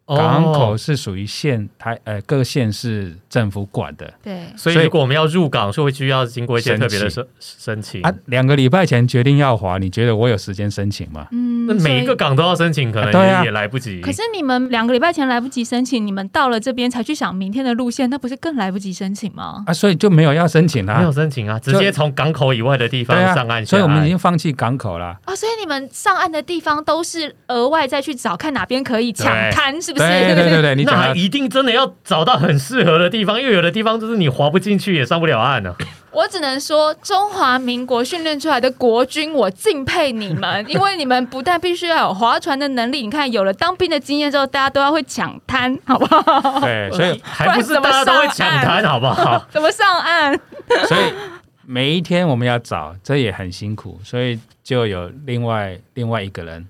Speaker 3: 哦
Speaker 1: 港口是属于县台呃各县市政府管的。
Speaker 2: 对，
Speaker 3: 所以
Speaker 1: 所以
Speaker 3: 如果我们要入港，是会需要经过一些
Speaker 1: 申
Speaker 3: 特别的
Speaker 1: 请
Speaker 3: 申申请。
Speaker 1: 啊，两个礼拜前决定要划，你觉得我有时间申请吗？
Speaker 2: 嗯
Speaker 3: 那每一个。港都要申请，可能
Speaker 1: 啊对啊
Speaker 3: 也也来不及。
Speaker 2: 可是你们两个礼拜前来不及申请，你们到了这边才去想明天的路线，那不是更来不及申请吗？
Speaker 1: 啊，所以就没有要申请
Speaker 3: 没有
Speaker 1: 啦。
Speaker 3: 申请啊，直接从港口以外的地方
Speaker 1: 对
Speaker 3: 上
Speaker 1: 啊，
Speaker 3: 岸
Speaker 1: 所以我们已
Speaker 3: 下岸
Speaker 1: 经放弃港口啦。
Speaker 2: 哦，所以你们上岸的地方都是额外再去找看哪边可以抢
Speaker 3: 对
Speaker 2: 滩， [laughs] 是不是？
Speaker 1: 对对对对，你
Speaker 3: 那
Speaker 1: 讲
Speaker 3: 还
Speaker 1: 的
Speaker 3: 一定真的要找到很适合的地方，因为有的地方就是你划不进去也上不了岸啊。
Speaker 2: 我只能说，中华民国训练出来的国军，我敬佩你们，因为你们不但必须要有划船的能力，你看有了当兵的经验之后，大家都要会抢滩，好
Speaker 1: [laughs]
Speaker 2: 不好？
Speaker 1: 对，所
Speaker 2: [laughs]
Speaker 1: 以
Speaker 3: 还不是大家都会抢滩，好不好？
Speaker 2: 怎么上岸？
Speaker 1: 所以每一天我们要找，这也很辛苦，所以就有另外另外一个人，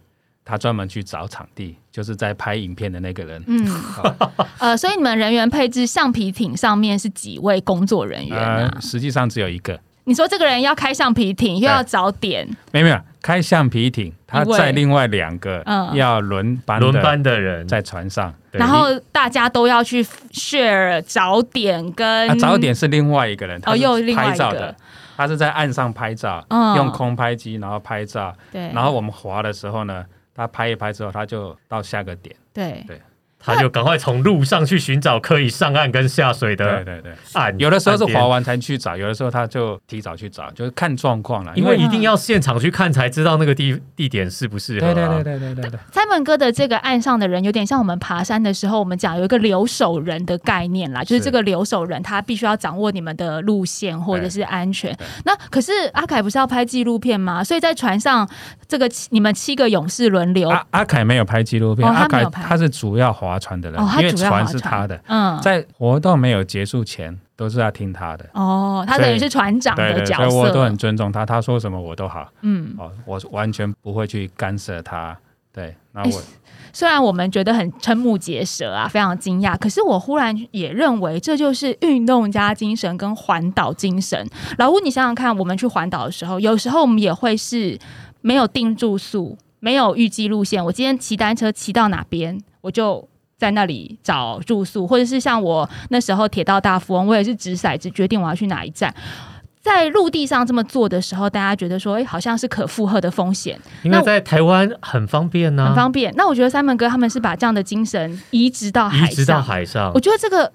Speaker 1: 他专门去找场地，就是在拍影片的那个人。
Speaker 2: 嗯
Speaker 1: 好，
Speaker 2: 呃，所以你们人员配置，橡皮艇上面是几位工作人员啊？
Speaker 1: 呃，实际上只有一个，
Speaker 2: 你说这个人要开橡皮艇，又要找点，
Speaker 1: 没有没有开橡皮艇，他
Speaker 2: 一位
Speaker 1: 在另外两个
Speaker 2: 嗯
Speaker 1: 要轮班的
Speaker 3: 轮班的人，
Speaker 1: 在船上，
Speaker 3: 对
Speaker 2: 然后大家都要去 share 找点跟、
Speaker 1: 啊，早点是另外一个人，他
Speaker 2: 嗯哦，
Speaker 1: 是
Speaker 2: 又另外
Speaker 1: 拍
Speaker 2: 一
Speaker 1: 照
Speaker 2: 个
Speaker 1: 的，，他是在岸上拍照，
Speaker 2: 嗯
Speaker 1: 用空拍机然后拍照，
Speaker 2: 对，
Speaker 1: 然后我们滑的时候呢，他拍一拍之后，他就到下个点。
Speaker 2: 对
Speaker 3: 他就赶快从路上去寻找可以上岸跟下水
Speaker 1: 对
Speaker 3: 的
Speaker 1: 对对。
Speaker 3: 岸。
Speaker 1: 有的时候是划
Speaker 3: 岸
Speaker 1: 完才去找，有的时候他就提早去找，就是看状况了。
Speaker 3: 边，因为一定要现场去看才知道那个地地点适不适合、
Speaker 1: 对
Speaker 3: 啊。
Speaker 1: 对对对对对对，
Speaker 2: ，Simon 哥的这个岸上的人有点像我们爬山的时候，我们讲有一个留守人的概念啦，就是
Speaker 1: 是
Speaker 2: 这个留守人他必须要掌握你们的路线或者是安全
Speaker 1: 对。
Speaker 2: 那可是阿凯不是要拍纪录片吗？所以在船上，这个七你们七个勇士轮流，
Speaker 1: 阿阿凯没有拍纪录片，
Speaker 2: 哦他
Speaker 1: 阿凯
Speaker 2: 没有拍
Speaker 1: 他是主要划船的人
Speaker 2: 哦，他
Speaker 1: 因为
Speaker 2: 主要划
Speaker 1: 船是他的，
Speaker 2: 嗯，
Speaker 1: 在活动没有结束前都是要听他的。
Speaker 2: 哦，他等于是船长
Speaker 1: 对
Speaker 2: 的
Speaker 1: 对，
Speaker 2: 角
Speaker 1: 所以我都
Speaker 2: 色
Speaker 1: 很，尊重他，他说什么我都好
Speaker 2: 嗯。
Speaker 1: 哦，我完全不会去干涉他。对，那
Speaker 2: 哎
Speaker 1: 我
Speaker 2: 虽然我们觉得很瞠目结舌啊，非常惊讶，可是我忽然也认为这就是运动家精神跟环岛精神。老吴，你想想看，我们去环岛的时候，有时候我们也会是没有定住宿，没有预计路线。我今天骑单车骑到哪边，我就。在那里找住宿，或者是像我那时候铁道大富翁，我也是掷骰子决定我要去哪一站。在陆地上这么做的时候，大家觉得说，哎、好像是可负荷的风险。
Speaker 3: 因
Speaker 2: 那
Speaker 3: 为
Speaker 2: 我
Speaker 3: 在台湾很方便啊呢、
Speaker 2: 很方便。那我觉得三门哥他们是把这样的精神移植到海
Speaker 3: 移
Speaker 2: 上，
Speaker 3: 植到海上
Speaker 2: 我。觉得这个。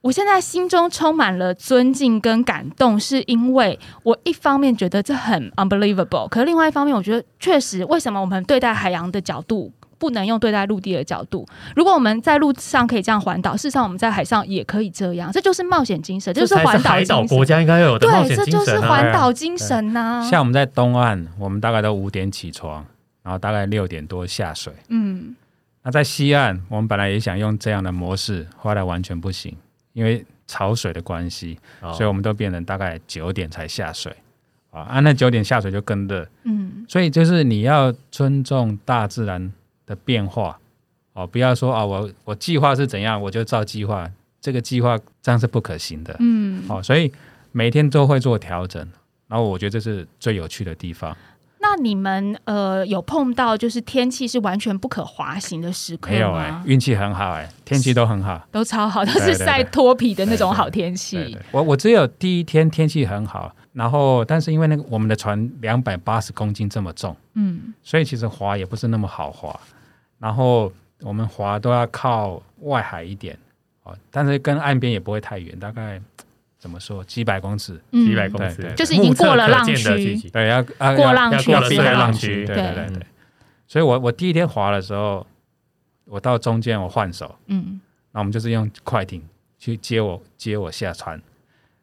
Speaker 2: 我现在心中充满了尊敬跟感动，是因为我一方面觉得这很 unbelievable，可是另外一方面，我觉得确实，为什么我们对待海洋的角度不能用对待陆地的角度？如果我们在路上可以这样环岛，事实上我们在海上也可以这样，这就是冒险精神，这就是
Speaker 3: 才
Speaker 2: 环
Speaker 3: 是海岛
Speaker 2: 精
Speaker 3: 国
Speaker 2: 神。
Speaker 3: 家应该有的冒
Speaker 2: 对，
Speaker 3: 险
Speaker 2: 这
Speaker 3: 精
Speaker 2: 就是
Speaker 3: 神啊！
Speaker 1: 对
Speaker 2: 环
Speaker 1: 啊
Speaker 2: 岛精神啊呐、
Speaker 1: 像我们在东岸，我们大概都五点起床，然后大概六点多下水。
Speaker 2: 嗯，
Speaker 1: 那在西岸，我们本来也想用这样的模式，后来完全不行，因为潮水的关系，
Speaker 3: 哦
Speaker 1: 所以我们都变成大概九点才下水。啊啊，那九点下水就更热，
Speaker 2: 嗯，
Speaker 1: 所以就是你要尊重大自然的变化哦，不要说啊，我我计划是怎样，我就照计划，这个计划这样是不可行的。
Speaker 2: 嗯，
Speaker 1: 哦，所以每天都会做调整，然后我觉得这是最有趣的地方。
Speaker 2: 那你们呃有碰到就是天气是完全不可滑行的时刻
Speaker 1: 没有哎、
Speaker 2: 吗？
Speaker 1: 运气很好哎、天气都很好。
Speaker 2: 都超好，都
Speaker 1: 对
Speaker 2: 是
Speaker 1: 对
Speaker 2: 晒
Speaker 1: 对
Speaker 2: 脱皮的那种好天
Speaker 1: 对
Speaker 2: 气
Speaker 1: 对。我我只有第一天天气很好，然后但是因为那个我们的船两百八十公斤这么重，
Speaker 2: 嗯，
Speaker 1: 所以其实划也不是那么好划，然后我们划都要靠外海一点哦，但是跟岸边也不会太远，大概怎么说几百公尺，
Speaker 2: 嗯
Speaker 3: 几百公
Speaker 1: 对对
Speaker 3: 尺，
Speaker 1: 对
Speaker 2: 就是已经过了浪区
Speaker 3: 目测可见的距离
Speaker 1: 对，要啊
Speaker 2: 过
Speaker 1: 要
Speaker 2: 浪
Speaker 3: 要
Speaker 2: 区
Speaker 3: 过
Speaker 1: 要
Speaker 3: 了
Speaker 1: 避
Speaker 3: 水
Speaker 1: 开浪
Speaker 3: 浪
Speaker 1: 区，
Speaker 3: 区，
Speaker 1: 对
Speaker 2: 对
Speaker 1: 对对对，所以我我第一天划的时候，我到中间我换手，
Speaker 2: 嗯，
Speaker 1: 那我们就是用快艇去接我接我下船，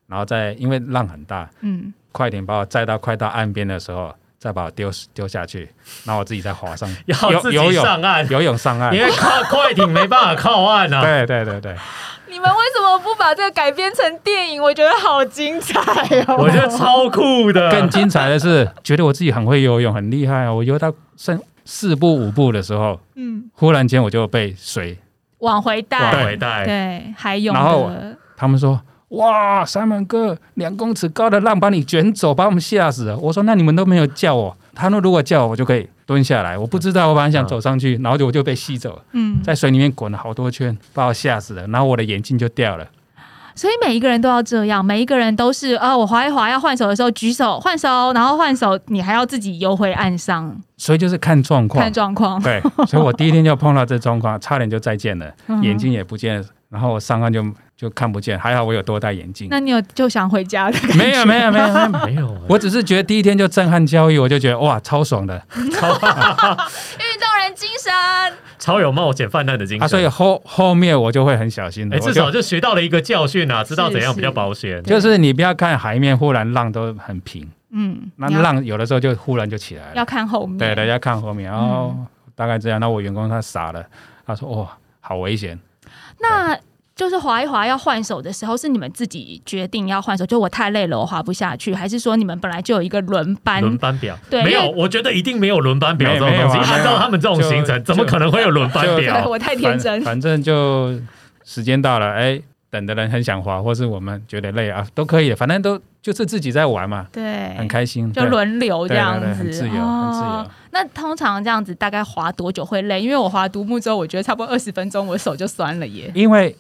Speaker 1: 然后再因为浪很大，
Speaker 2: 嗯，
Speaker 1: 快点把我载到快到岸边的时候，再把我丢丢下去，然后我自己再划上
Speaker 3: 要自
Speaker 1: 游游
Speaker 3: 己
Speaker 1: 泳
Speaker 3: 上岸，
Speaker 1: 游泳上岸。
Speaker 3: 因为靠 [laughs] 快艇没办法靠岸啊。
Speaker 1: 对对对对，
Speaker 4: 你们为什么不把这个改编成电影？我觉得好精彩哦！
Speaker 3: 我觉得超酷的，
Speaker 1: [laughs] 更精彩的是，觉得我自己很会游泳，很厉害啊！我游到剩四步五步的时候，
Speaker 4: 嗯，
Speaker 1: 忽然间我就被水，
Speaker 2: 往回
Speaker 3: 往
Speaker 2: 带，
Speaker 3: 回带，
Speaker 2: 对，还有
Speaker 1: 然后
Speaker 2: 的，
Speaker 1: 他们说：“哇，三门哥，两公尺高的浪把你卷走，把我们吓死了。”我说：“那你们都没有叫我，他们如果叫我，我就可以蹲下来，我不知道，我本来想走上去，然后我就被吸走了，
Speaker 4: 嗯，
Speaker 1: 在水里面滚了好多圈，把我吓死了，然后我的眼镜就掉了。
Speaker 2: 所以每一个人都要这样，每一个人都是啊，我划一划要换手的时候举手换手，然后换手你还要自己游回岸上
Speaker 1: 所以就是看状况
Speaker 4: 看，状
Speaker 1: [laughs]
Speaker 4: 况，
Speaker 1: 对，所以我第一天就碰到这状况，差点就再见了，
Speaker 4: 嗯
Speaker 1: 眼睛也不见了，然后我上岸就就看不见，还好我有多戴眼镜。
Speaker 4: 那你有就想回家的感觉？ [laughs]
Speaker 1: 没有没有没有，没有
Speaker 3: 没有，
Speaker 1: 我只是觉得第一天就震撼教育，我就觉得哇超爽的
Speaker 2: 运动人精神。
Speaker 3: 超有冒险泛滥的精神。
Speaker 1: 啊！所以后后面我就会很小心的，
Speaker 3: 哎，
Speaker 1: 我
Speaker 3: 至
Speaker 1: 就
Speaker 3: 少就学到了一个教训啊，知道
Speaker 4: 是
Speaker 3: 怎样
Speaker 4: 是
Speaker 3: 比较保险。
Speaker 1: 就是你不要看海面忽然浪都很平，
Speaker 4: 嗯，
Speaker 1: 那
Speaker 4: 你要
Speaker 1: 浪有的时候就忽然就起来
Speaker 4: 要
Speaker 1: 了，
Speaker 4: 看后面，嗯
Speaker 1: 对，大家看后面，哦，大概这样。那我员工他傻了，他说哇好危险，
Speaker 2: 那就是划一划要换手的时候，是你们自己决定要换手，就我太累了，我划不下去，还是说你们本来就有一个轮班？
Speaker 3: 轮班表
Speaker 2: 对
Speaker 3: 没有
Speaker 2: 因，
Speaker 3: 我觉得一定没有轮班表这种
Speaker 1: 没没有
Speaker 3: 东
Speaker 1: 啊没
Speaker 3: 西。
Speaker 1: 有啊
Speaker 3: 按照他们这种
Speaker 1: 就
Speaker 3: 行程，
Speaker 1: 就
Speaker 3: 怎么可能会有轮班
Speaker 1: 就
Speaker 4: 对
Speaker 3: 表？
Speaker 4: 我太天真
Speaker 1: 反，反正就时间到了，哎，等的人很想滑，或是我们觉得累啊，都可以，反正都就是自己在玩嘛，
Speaker 4: 对，
Speaker 1: 很开心，
Speaker 4: 哎就
Speaker 1: 对
Speaker 4: 轮流这
Speaker 1: 对
Speaker 4: 样
Speaker 1: 对对，
Speaker 4: 子，
Speaker 1: 很自由，很自
Speaker 4: 哦
Speaker 1: 由。
Speaker 4: 那通常这样子大概滑多久会累？因为我滑独木舟，我觉得差不多二十分钟，我手就酸了耶。
Speaker 1: 因为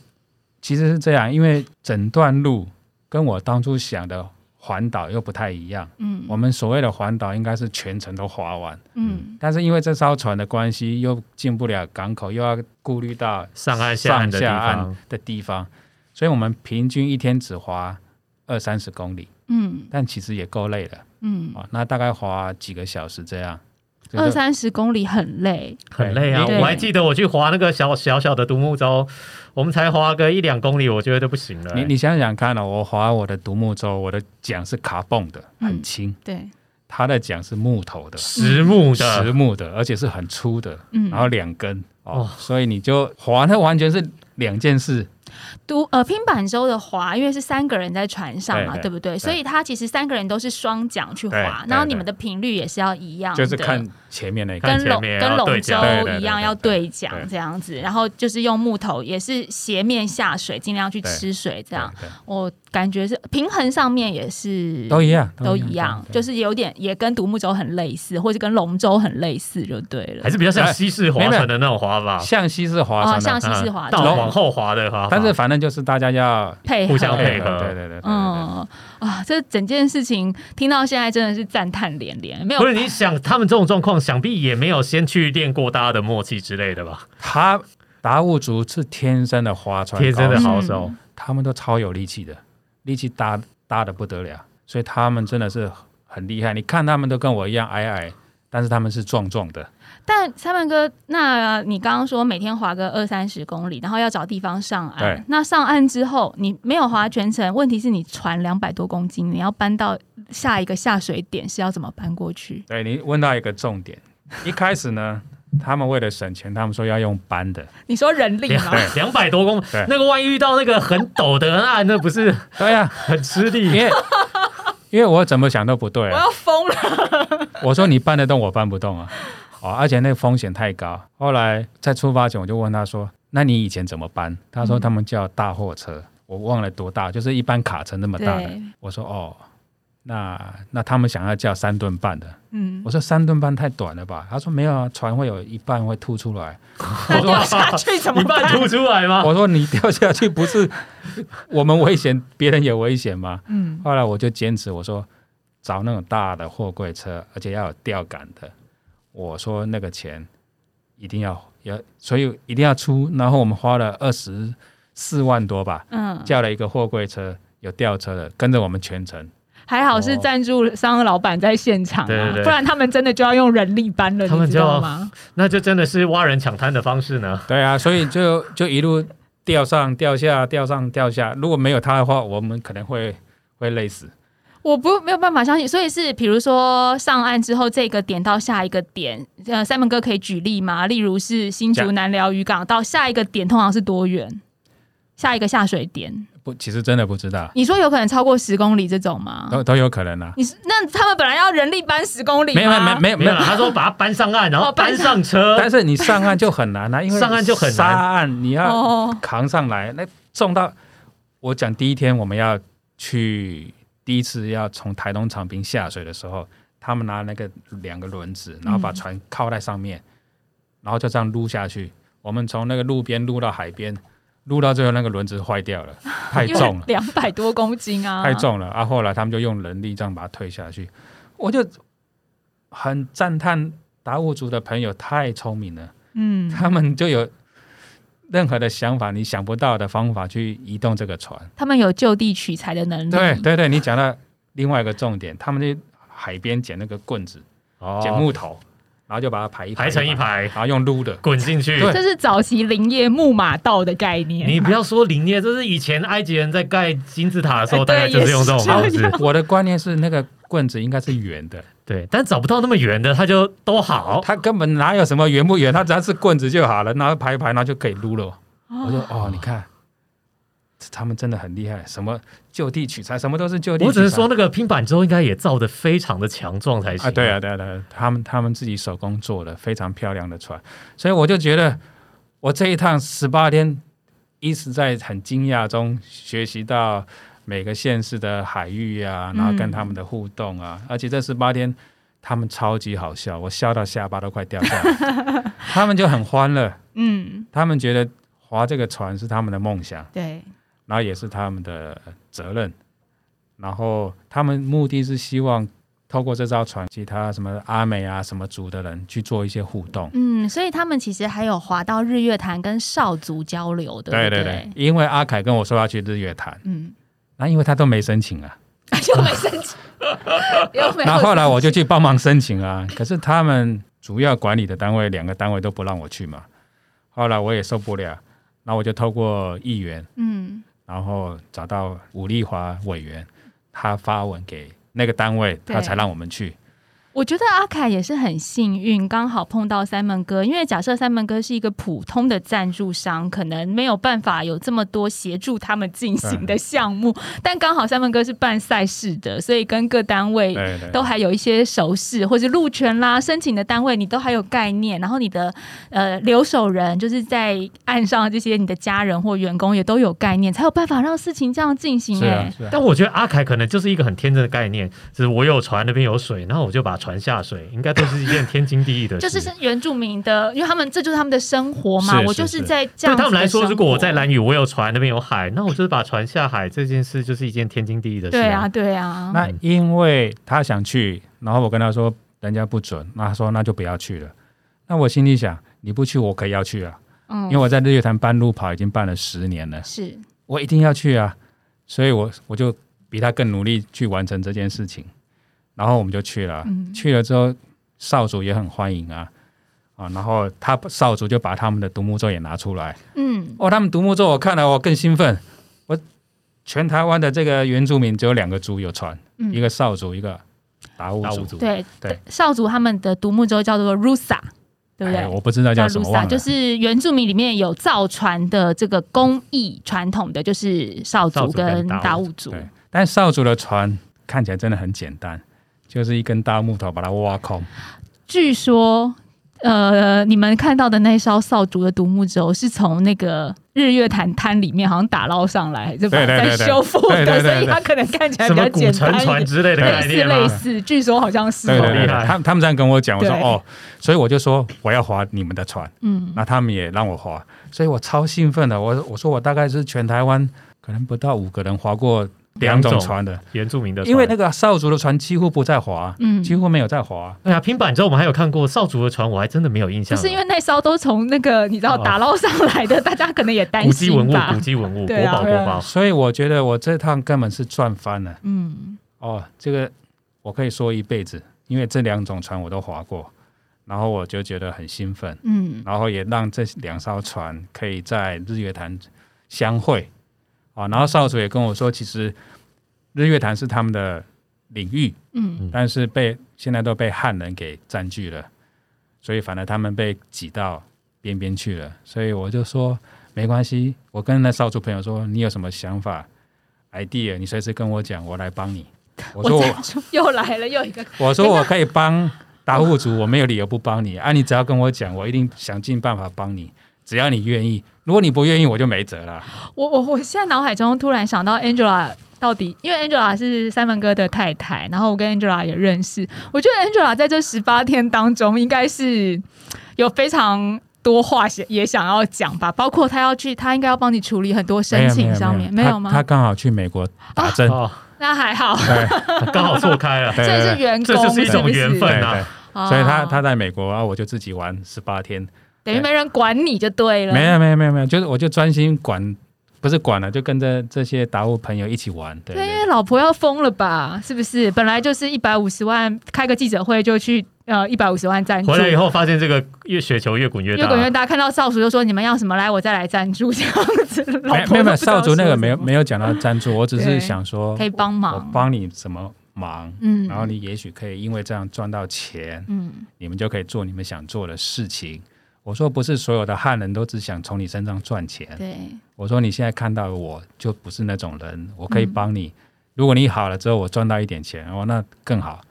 Speaker 1: 其实是这样，因为整段路跟我当初想的环岛又不太一样。
Speaker 4: 嗯
Speaker 1: 我们所谓的环岛应该是全程都划完，
Speaker 4: 嗯，
Speaker 1: 但是因为这艘船的关系，又进不了港口，又要顾虑到
Speaker 3: 上岸下岸
Speaker 1: 上
Speaker 3: 的地
Speaker 1: 下
Speaker 3: 方
Speaker 1: 岸，的地方，所以我们平均一天只划二三十公里，
Speaker 2: 嗯
Speaker 1: 但其实也够累了
Speaker 2: 嗯，
Speaker 1: 啊、哦那大概划几个小时这样，
Speaker 2: 二三十公里很累，
Speaker 3: 很累啊！
Speaker 1: 对
Speaker 3: 我还记得我去划那个小小小的独木舟，我们才划个一两公里，我觉得都不行了、
Speaker 1: 你你想想看呢、哦我划我的独木舟，我的桨是卡泵的，很
Speaker 2: 嗯
Speaker 1: 轻，
Speaker 4: 对，
Speaker 1: 它的桨是木头的，
Speaker 3: 实木的，
Speaker 1: 实木的，而且是很粗的，
Speaker 4: 嗯
Speaker 1: 然后两根哦
Speaker 3: 哦，
Speaker 1: 所以你就划，那完全是两件事。
Speaker 2: 独呃拼板舟的划，因为是三个人在船上嘛，
Speaker 1: 对对
Speaker 2: 对不对？所以它其实三个人都是双桨去
Speaker 1: 对
Speaker 2: 划
Speaker 1: 对，
Speaker 2: 然后
Speaker 1: 对
Speaker 2: 你们的频率也是要一样的，
Speaker 1: 就是看前面那个，
Speaker 2: 跟
Speaker 3: 看前
Speaker 2: 龙
Speaker 3: 面
Speaker 2: 跟
Speaker 3: 要
Speaker 2: 龙
Speaker 3: 对
Speaker 2: 舟
Speaker 3: 讲
Speaker 1: 对对对
Speaker 2: 一样
Speaker 1: 对
Speaker 2: 要对
Speaker 1: 对
Speaker 2: 桨这样子，然后就是用木头也是斜面下水，尽量去吃水这样。
Speaker 1: 对
Speaker 2: 我感觉是平衡上面也是
Speaker 1: 对都一样，
Speaker 2: 都一样，就是是有点也跟独木舟很类似，或者跟龙舟很类似就对了。
Speaker 3: 还是比较像西
Speaker 1: 哎
Speaker 3: 式划船的那种划法，
Speaker 1: 向西是划
Speaker 2: 哦
Speaker 1: 船
Speaker 2: 向
Speaker 1: 的，
Speaker 2: 西式划
Speaker 3: 嗯到
Speaker 1: 船
Speaker 3: 往后划的划法，
Speaker 1: 但是反正就是大家要
Speaker 2: 配合
Speaker 3: 互相配合
Speaker 1: 对对对对，对
Speaker 2: 嗯啊，这整件事情听到现在真的是赞叹连连，没有
Speaker 3: 不是你想他们这种状况，想必也没有先去练过大家的默契之类的吧？
Speaker 1: 他达悟族是天生的划船，
Speaker 3: 天生的
Speaker 1: 高手
Speaker 3: 好手，
Speaker 2: 嗯
Speaker 1: 他们都超有力气的，力气大大的不得了，所以他们真的是很厉害。你看他们都跟我一样矮矮，但是他们是壮壮的。
Speaker 2: 但三万哥，那你刚刚说每天划个二三十公里，然后要找地方上
Speaker 1: 对
Speaker 2: 岸。那上岸之后，你没有划全程，问题是你船两百多公斤，你要搬到下一个下水点是要怎么搬过去？
Speaker 1: 对你问到一个重点，一开始呢，他们为了省钱，他们说要用搬的，
Speaker 4: 你说人力
Speaker 3: 两
Speaker 4: 吗？
Speaker 3: 两百多公
Speaker 1: 对，
Speaker 3: 那个万一遇到那个很陡的啊，那不是
Speaker 1: 对呀、
Speaker 3: 很吃
Speaker 1: 因
Speaker 3: 力？
Speaker 1: 为 [laughs] 因为我怎么想都不对、
Speaker 4: 我
Speaker 1: 啊，
Speaker 4: 要疯了！
Speaker 1: 我说你搬得动，我搬不动啊，哦，而且那个风险太高。后来在出发前，我就问他说：“那你以前怎么搬？”他
Speaker 4: 嗯
Speaker 1: 说他们叫大货车，我忘了多大，就是一般卡车那么大的。
Speaker 2: 对，
Speaker 1: 我说哦，那那他们想要叫三吨半的，
Speaker 4: 嗯，
Speaker 1: 我说三吨半太短了吧？他说没有啊，船会有一半会吐出来。
Speaker 4: 那掉下去怎么
Speaker 3: 一半
Speaker 4: 办？
Speaker 3: 凸出来
Speaker 4: 啊
Speaker 3: 吗？
Speaker 1: 我说你掉下去不是 [laughs] 我们危险，别人也危险吗？
Speaker 4: 嗯，
Speaker 1: 后来我就坚持我说找那种大的货柜车，而且要有吊杆的。我说那个钱一定要要，所以一定要出。然后我们花了二十四万多吧，
Speaker 2: 嗯，
Speaker 1: 叫了一个货柜车，有吊车的，跟着我们全程。
Speaker 4: 还好是赞助商老板在现场
Speaker 3: 哦对对
Speaker 4: 啊
Speaker 3: 对，
Speaker 4: 不然他们真的就要用人力搬了，
Speaker 3: 他们
Speaker 4: 你知道
Speaker 3: 就
Speaker 4: 吗？
Speaker 3: 那就真的是挖人抢滩的方式呢。
Speaker 1: 对啊，所以就就一路吊上吊下，吊上吊下。如果没有他的话，我们可能会会累死。
Speaker 2: 我不没有办法相信，所以是比如说上岸之后这个点到下一个点，呃，三门哥可以举例吗？例如是新
Speaker 1: 这
Speaker 2: 竹
Speaker 1: 样
Speaker 2: 南寮渔港到下一个点通常是多远？下一个下水点，
Speaker 1: 不，其实真的不知道，
Speaker 2: 你说有可能超过十公里这种吗？
Speaker 1: 都都有可能啊。
Speaker 2: 你是那他们本来要人力搬十公里吗
Speaker 1: 没有没有没有没
Speaker 3: 没有啊
Speaker 1: 有
Speaker 3: 啦，，他说把它搬上岸，然后
Speaker 2: 哦搬
Speaker 3: 搬
Speaker 2: 上
Speaker 3: 上车，
Speaker 1: 但是你上岸就很难啊，因为
Speaker 3: 上岸就很难
Speaker 1: 沙岸你要
Speaker 2: 哦，
Speaker 1: 扛上来，那重到我讲第一天我们要去第一次要从台东长滨下水的时候，他们拿那个两个轮子，然后把船靠在上面，然后就这样撸下去。我们从那个路边撸到海边，撸到最后那个轮子坏掉了，太
Speaker 4: [laughs] 因为
Speaker 1: 重了。
Speaker 4: 两百多公斤啊，
Speaker 1: 太重了啊！后来他们就用人力这样把它推下去，我就很赞叹达悟族的朋友太聪明了，[laughs]
Speaker 4: 嗯，
Speaker 1: 他们就有任何的想法，你想不到的方法去移动这个船。
Speaker 2: 他们有就地取材的能
Speaker 3: 嗯
Speaker 2: 力。
Speaker 1: 对对对，你讲到另外一个重点，他们去海边捡那个棍子、捡木头，然后就把它排一
Speaker 3: 哦排成一，排
Speaker 1: 然后用撸
Speaker 3: [laughs]
Speaker 1: 的。
Speaker 3: 滚进去。
Speaker 1: 对
Speaker 4: 这是早期林业木马道的概念。
Speaker 2: 啊
Speaker 3: 你不要说林业，这是以前埃及人在盖金字塔的时候，
Speaker 4: 哎
Speaker 3: 大
Speaker 4: 对
Speaker 3: 概就是用这种方式。
Speaker 1: 我的观念是，那个棍子应该是圆的，
Speaker 3: 对，但找不到那么圆的，它就都好。
Speaker 1: 它根本哪有什么圆不圆，它只要是棍子就好了，然后排一排，然后就可以撸了。我
Speaker 4: 哦
Speaker 1: 说哦，你看，他们真的很厉害，什么就地取材，什么都是就地取材。
Speaker 3: 我只是说，那个拼板之后应该也造的非常的强壮才行。
Speaker 1: 啊，对啊，，对啊，对啊，他们他们自己手工做的非常漂亮的船，所以我就觉得我这一趟十八天，一直在很惊讶中学习到每个县市的海域啊，然后跟他们的互动啊，而且这十八天。他们超级好笑，我笑到下巴都快掉下来。他们就很欢乐，
Speaker 4: 嗯，
Speaker 1: 他们觉得划这个船是他们的梦想，
Speaker 4: 对，
Speaker 1: 然后也是他们的责任。然后他们目的是希望透过这艘船，其他什么阿美啊、什么族的人去做一些互动。
Speaker 2: 嗯，所以他们其实还有滑到日月潭跟少族交流，对不
Speaker 1: 对对，因为阿凯跟我说要去日月潭，
Speaker 4: 嗯，
Speaker 1: 那因为他都没申请啊，
Speaker 4: 又没生气， [laughs] 又没有生气。
Speaker 1: 那后来我就去帮忙申请啊，可是他们主要管理的单位两个单位都不让我去嘛，后来我也受不了，那我就透过议员，
Speaker 2: 嗯，
Speaker 1: 然后找到吴丽华委员，他发文给那个单位，他
Speaker 4: 对
Speaker 1: 才让我们去。
Speaker 2: 我觉得阿凯也是很幸运，刚好碰到 Simon 哥。因为假设 Simon 哥是一个普通的赞助商，可能没有办法有这么多协助他们进行的项目，但刚好 Simon 哥是办赛事的，所以跟各单位
Speaker 1: 对对，
Speaker 2: 都还有一些熟识，或是路权啦、申请的单位，你都还有概念。然后你的呃留守人，就是在岸上的这些你的家人或员工也都有概念，才有办法让事情这样进行、
Speaker 1: 是
Speaker 2: 欸。
Speaker 1: 啊，是啊。
Speaker 3: 但我觉得阿凯可能就是一个很天真的概念，就是我有船，那边有水，然后我就把船下水，应该都是一件天经地义的事。
Speaker 2: [laughs] 就是是原住民的，因为他们这就是他们的生活嘛。
Speaker 1: 是
Speaker 2: 我
Speaker 1: 是
Speaker 2: 就是
Speaker 1: 是
Speaker 2: 在这
Speaker 3: 对
Speaker 2: 样子的
Speaker 3: 他们来说，
Speaker 2: 生
Speaker 3: 如果我
Speaker 2: 活
Speaker 3: 在蓝屿，我有船，那边有海，那我就是把船下海这件事，就是一件天经地义的事、
Speaker 2: 对啊，，对啊，
Speaker 1: 那因为他想去，然后我跟他说人家不准，那他说那就不要去了。那我心里想，你不去我可以要去啊，
Speaker 2: 嗯，
Speaker 1: 因为我在日月潭办路跑已经办了十年了，
Speaker 2: 是
Speaker 1: 我一定要去啊，所以我我就比他更努力去完成这件事情。然后我们就去了，
Speaker 2: 嗯
Speaker 1: 去了之后少主也很欢迎啊。啊，然后他少主就把他们的独木舟也拿出来，
Speaker 2: 嗯，
Speaker 1: 哦，他们独木舟我看了我更兴奋，我全台湾的这个原住民只有两个族有船，
Speaker 2: 嗯
Speaker 1: 一个少族，一个达悟
Speaker 3: 大
Speaker 1: 族
Speaker 3: 五。组
Speaker 2: 对
Speaker 1: 对，
Speaker 2: 少族他们的独木舟叫做 Rusa，对不对？
Speaker 1: 哎我不知道
Speaker 2: 叫
Speaker 1: 叫什么，
Speaker 2: Rusa，
Speaker 1: 忘了。
Speaker 2: 就是原住民里面有造船的这个工艺传统的，就是少
Speaker 3: 少
Speaker 2: 族
Speaker 3: 族跟
Speaker 2: 跟达
Speaker 3: 达悟
Speaker 2: 悟族。
Speaker 1: 对，但少族的船看起来真的很简单，就是一根大木头把它挖空。
Speaker 2: 据说，呃，你们看到的那艘少族的独木舟是从那个日月潭滩里面好像打捞上来，就把
Speaker 1: 对对
Speaker 2: 它
Speaker 1: 对对
Speaker 2: 在修复
Speaker 1: 对
Speaker 2: 的，
Speaker 1: 对
Speaker 2: 所
Speaker 1: 对
Speaker 2: 以
Speaker 1: 对
Speaker 2: 它
Speaker 4: 他可能看起来
Speaker 3: 什
Speaker 4: 比
Speaker 3: 么
Speaker 4: 较
Speaker 3: 古
Speaker 4: 简
Speaker 3: 沉
Speaker 4: 单
Speaker 3: 船
Speaker 4: 一点，
Speaker 3: 之类的
Speaker 2: 类
Speaker 3: 概
Speaker 2: 似
Speaker 3: 念吗？啊
Speaker 2: 类似，
Speaker 4: 据说好像是
Speaker 1: 对
Speaker 4: 哦
Speaker 1: 对对，
Speaker 3: 好厉害
Speaker 1: 他们他们这样跟我讲，我说
Speaker 4: 对
Speaker 1: 哦，所以我就说我要划你们的船，
Speaker 2: 嗯，
Speaker 1: 那他们也让我划，所以我超兴奋的。我我说我大概是全台湾可能不到五个人划过两种
Speaker 3: 两种
Speaker 1: 船的，
Speaker 3: 原住民的船，
Speaker 1: 因为那个少族的船几乎不在划，
Speaker 2: 嗯
Speaker 1: 几乎没有在划。
Speaker 3: 对啊，拼板之后我们还有看过少族的船，我还真的没有印
Speaker 2: 就
Speaker 3: 象了。
Speaker 2: 是因为那艘都从那个你知道
Speaker 3: 哦
Speaker 2: 打捞上来的，大家可能也担
Speaker 3: 古迹文
Speaker 2: 心
Speaker 3: 物，
Speaker 2: 吧
Speaker 3: 古。迹文物，
Speaker 4: 对
Speaker 3: 国
Speaker 4: 啊
Speaker 3: 宝国宝。
Speaker 1: 所以我觉得我这趟根本是赚翻了
Speaker 2: 嗯，
Speaker 1: 哦！这个我可以说一辈子，因为这两种船我都划过，然后我就觉得很兴奋，
Speaker 2: 嗯，
Speaker 1: 然后也让这两艘船可以在日月潭相会啊、然后少主也跟我说，其实日月潭是他们的领域，
Speaker 2: 嗯，
Speaker 1: 但是被现在都被汉人给占据了，所以反而他们被挤到边边去了。所以我就说没关系，我跟那少数朋友说，你有什么想法、idea，你随时跟我讲，我来帮你。我说我，
Speaker 2: 又来了又一个，
Speaker 1: 我说我可以帮达户族，我没有理由不帮你啊！你只要跟我讲，我一定想尽办法帮你，只要你愿意。如果你不愿意，我就没辙了。
Speaker 2: 我我我现在脑海中突然想到 Angela 到底，因为 Angela 是 Simon 哥的太太，然后我跟 Angela 也认识，我觉得 Angela 在这十八天当中应该是有非常。多话想也想要讲吧，包括他要去，他应该要帮你处理很多申请上面，没有吗？
Speaker 1: 他他刚好去美国打针，
Speaker 3: 哦，
Speaker 2: 那还好，
Speaker 1: 对
Speaker 3: 刚好错开了，
Speaker 1: [laughs] 对
Speaker 2: 这
Speaker 1: 对
Speaker 2: 是
Speaker 1: 对
Speaker 2: 员
Speaker 3: 这
Speaker 2: 工，
Speaker 3: 就是一种
Speaker 2: 是不是
Speaker 3: 缘分
Speaker 1: 对
Speaker 3: 啊
Speaker 1: 对，
Speaker 2: 哦
Speaker 1: 所以他他在美国，然后我就自己玩十八天，
Speaker 2: 等于没人管你就对了，
Speaker 1: 没有没有没有没有，就是我就专心管，不是管了，就跟着这些达悟朋友一起玩，对
Speaker 2: 对，因
Speaker 1: 对
Speaker 2: 为老婆要疯了吧？是不是？本来就是一百五十万，开个记者会就去呃一百五十万赞助
Speaker 3: 回。来以后发现这个越雪球越滚越大，
Speaker 2: 越滚越大，看到少主就说你们要什么来，我再来赞助这样子。
Speaker 1: [laughs]
Speaker 2: 老
Speaker 1: 没有
Speaker 2: 婆
Speaker 1: 没有没有
Speaker 2: 都不知道
Speaker 1: 少主那个没有
Speaker 2: 说什么
Speaker 1: 没有讲到赞助，我只
Speaker 2: 对
Speaker 1: 是想说
Speaker 2: 可以帮
Speaker 1: 我
Speaker 2: 忙，
Speaker 1: 帮你什么忙，
Speaker 2: 嗯
Speaker 1: 然后你也许可以因为这样赚到钱，
Speaker 2: 嗯
Speaker 1: 你们就可以做你们想做的事情。我说不是所有的汉人都只想从你身上赚钱，
Speaker 2: 对
Speaker 1: 我说你现在看到我就不是那种人，我可以
Speaker 2: 嗯
Speaker 1: 帮你。如果你好了之后，我赚到一点钱，哦，那更好。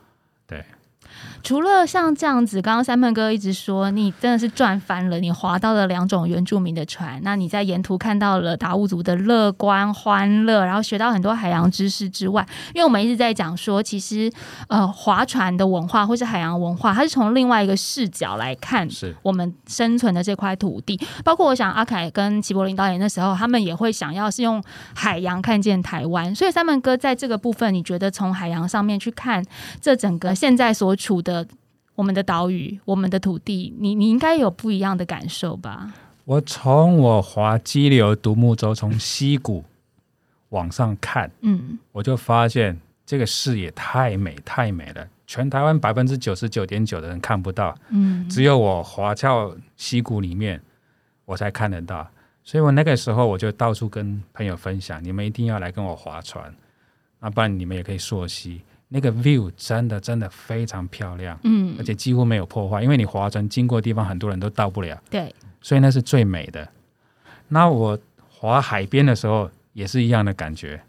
Speaker 2: 除了像这样子，刚刚三门哥一直说你真的是赚翻了，你划到了两种原住民的船，那你在沿途看到了达悟族的乐观欢乐，然后学到很多海洋知识之外，因为我们一直在讲说，其实呃划船的文化或是海洋文化，它是从另外一个视角来看
Speaker 1: 是
Speaker 2: 我们生存的这块土地，包括我想阿凯跟齐柏林导演那时候，他们也会想要是用海洋看见台湾，所以三门哥在这个部分，你觉得从海洋上面去看这整个现在所处的我们的岛屿、我们的土地，你你应该有不一样的感受吧？
Speaker 1: 我从我划激流独木舟从溪谷往上看，
Speaker 2: 嗯，
Speaker 1: 我就发现这个视野太美太美了，全台湾百分之九十九点九的人看不到，
Speaker 2: 嗯，
Speaker 1: 只有我滑到溪谷里面，我才看得到。所以我那个时候我就到处跟朋友分享，你们一定要来跟我划船，那不然你们也可以溯溪。那个 view 真的真的非常漂亮，
Speaker 2: 嗯
Speaker 1: 而且几乎没有破坏，因为你划船经过的地方很多人都到不了，
Speaker 2: 对，
Speaker 1: 所以那是最美的。那我划海边的时候也是一样的感觉，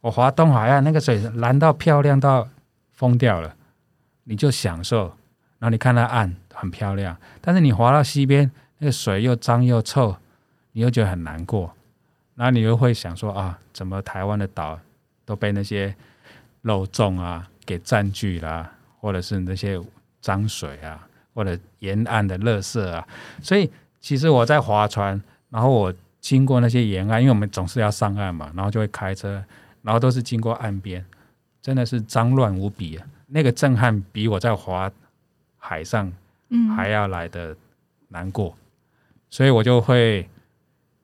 Speaker 1: 我划东海岸那个水蓝到漂亮到疯掉了，你就享受，然后你看它岸很漂亮，但是你划到西边那个水又脏又臭，你又觉得很难过，然后你又会想说啊，怎么台湾的岛都被那些肉粽啊给占据啦、或者是那些脏水啊，或者沿岸的垃圾啊，所以其实我在划船，然后我经过那些沿岸，因为我们总是要上岸嘛，然后就会开车，然后都是经过岸边，真的是脏乱无比啊！那个震撼比我在划海上
Speaker 2: 嗯，
Speaker 1: 还要来的难过，所以我就会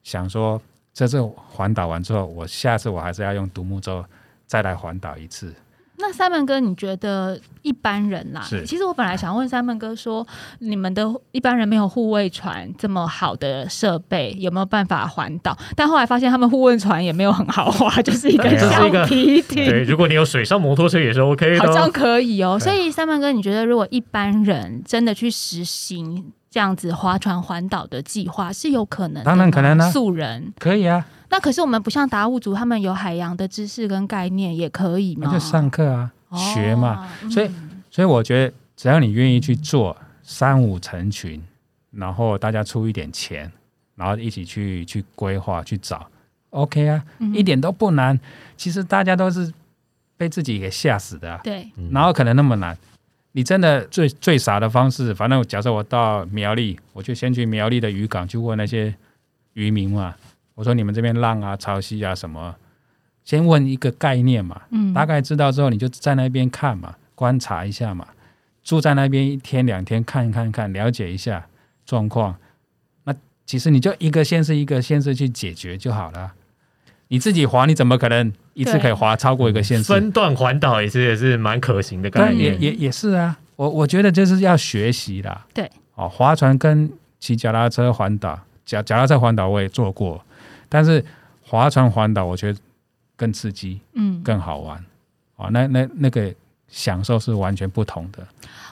Speaker 1: 想说，这次环岛完之后，我下次我还是要用独木舟再来环岛一次。
Speaker 2: 那三门哥，你觉得一般人啦、
Speaker 1: 是
Speaker 2: 其实我本来想问三门哥说，你们的一般人没有护卫船这么好的设备，有没有办法环岛？但后来发现他们护卫船也没有很好划， [laughs] 就是一个
Speaker 1: 对这啊
Speaker 3: 是一个
Speaker 2: 橡皮艇
Speaker 3: 对，。如果你有水上摩托车也是 OK 的
Speaker 2: 好像
Speaker 3: 哦，
Speaker 2: 可以哦，
Speaker 1: 对
Speaker 2: 所以三门哥，你觉得如果一般人真的去实行这样子划船环岛的计划是有可能的吗？
Speaker 1: 当然可能啊
Speaker 2: 素人。
Speaker 1: 可以啊，
Speaker 2: 那可是我们不像达悟族，他们有海洋的知识跟概念，也可以
Speaker 1: 那
Speaker 2: 吗？
Speaker 1: 就上课啊，
Speaker 2: 哦
Speaker 1: 学嘛。，
Speaker 2: 嗯
Speaker 1: 所以所以我觉得，只要你愿意去做，三五成群，然后大家出一点钱，然后一起去去规划去找，OK 啊，
Speaker 2: 嗯
Speaker 1: 一点都不难。其实大家都是被自己给吓死的啊、
Speaker 2: 对，
Speaker 3: 嗯
Speaker 1: 然后可能那么难？你真的最最傻的方式，反正假设我到苗栗，我就先去苗栗的渔港去问那些渔民嘛，我说你们这边浪啊、潮汐啊什么，先问一个概念嘛，
Speaker 2: 嗯，
Speaker 1: 大概知道之后，你就在那边看嘛，观察一下嘛，住在那边一天两天，看一看看，了解一下状况。那其实你就一个县市一个县市去解决就好了。你自己划，你怎么可能一次
Speaker 2: 对
Speaker 1: 可以划超过一个县市？
Speaker 3: 分段环岛也是也是蛮可行的概
Speaker 1: 对，
Speaker 2: 嗯
Speaker 1: 也
Speaker 3: 念，
Speaker 1: 也也是啊。我我觉得就是要学习啦。
Speaker 2: 对，
Speaker 1: 哦，划船跟骑脚踏车环岛，脚脚踏车环岛我也做过，但是划船环岛我觉得更刺激。
Speaker 2: 嗯，
Speaker 1: 更好玩啊、哦！那那那个享受是完全不同的。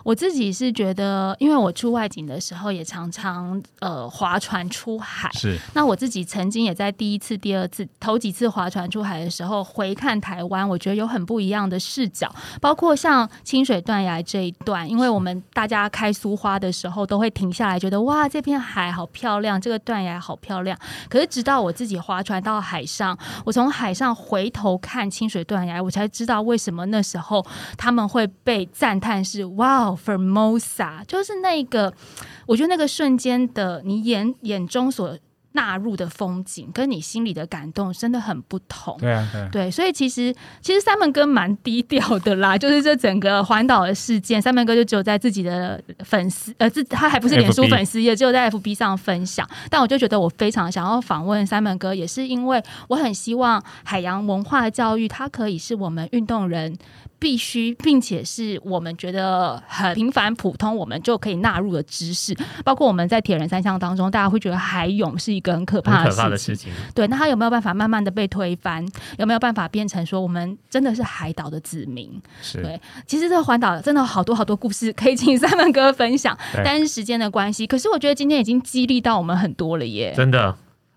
Speaker 2: 我自己是觉得，因为我出外景的时候也常常呃划船出海，
Speaker 1: 是
Speaker 2: 那我自己曾经也在第一次、第二次、头几次划船出海的时候，回看台湾，我觉得有很不一样的视角，包括像清水断崖这一段，因为我们大家开苏花的时候都会停下来，觉得哇，这片海好漂亮，这个断崖好漂亮。可是直到我自己划船到海上，我从海上回头看清水断崖，我才知道为什么那时候他们会被赞叹是哇，Formosa，就是那个，我觉得那个瞬间的你眼眼中所纳入的风景，跟你心里的感动真的很不同。
Speaker 1: 对啊，对啊，
Speaker 2: 对，所以其实其实三门哥蛮低调的啦， [laughs] 就是这整个环岛的事件，三门哥就只有在自己的粉丝呃，自他还不是脸书
Speaker 1: FB
Speaker 2: 粉丝，也只有在 FB 上分享。但我就觉得我非常想要访问三门哥，也是因为我很希望海洋文化教育它可以是我们运动人必须，并且是我们觉得很平凡普通，我们就可以纳入的知识。包括我们在铁人三项当中，大家会觉得海泳是一个很可怕
Speaker 3: 很
Speaker 2: 的
Speaker 3: 可怕的
Speaker 2: 事情
Speaker 3: 事。情。
Speaker 2: 对，那他有没有办法慢慢的被推翻？有没有办法变成说我们真的是海岛的子民？
Speaker 1: 是啊
Speaker 2: 对其实这个环岛真的有好多好多故事可以请三门哥分享，
Speaker 1: 对
Speaker 2: 但是时间的关系，可是我觉得今天已经激励到我们很多了耶。
Speaker 3: 真的。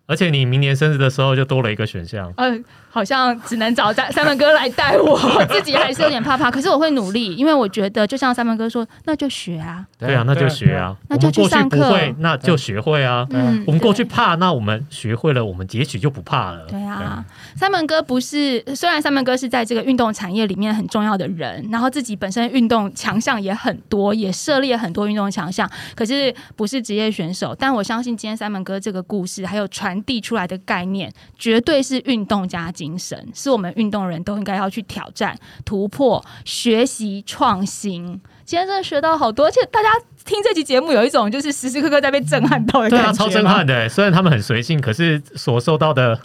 Speaker 3: 而且你明年生日的时候就多了一个选项，
Speaker 2: 呃，好像只能找三三门哥来带我， [laughs] 自己还是有点怕怕。可是我会努力，因为我觉得就像三门哥说，那就学啊，
Speaker 3: 对啊，那就学。啊。
Speaker 2: 那
Speaker 3: 我
Speaker 2: 就
Speaker 3: 们
Speaker 2: 去
Speaker 3: 过去
Speaker 2: 上
Speaker 3: 不
Speaker 2: 课
Speaker 3: 会，那就学会啊。
Speaker 1: 对啊
Speaker 2: 嗯，
Speaker 3: 我们过
Speaker 2: 对
Speaker 3: 去怕，那我们学会了，我们也许就不怕了。
Speaker 2: 对啊，三门哥不是，虽然三门哥是在这个运动产业里面很重要的人，然后自己本身运动强项也很多，也涉猎很多运动强项，可是不是职业选手。但我相信今天三门哥这个故事，还有传递出来的概念，绝对是运动家精神，是我们运动人都应该要去挑战、突破、学习、创新。今天真的学到好多，而且大家听这期节目有一种就是时时刻刻在被震撼到的
Speaker 3: 对
Speaker 2: 感觉
Speaker 3: 啊，
Speaker 2: 嘛，
Speaker 3: 超震撼的欸。虽然他们很随性，可是所受到的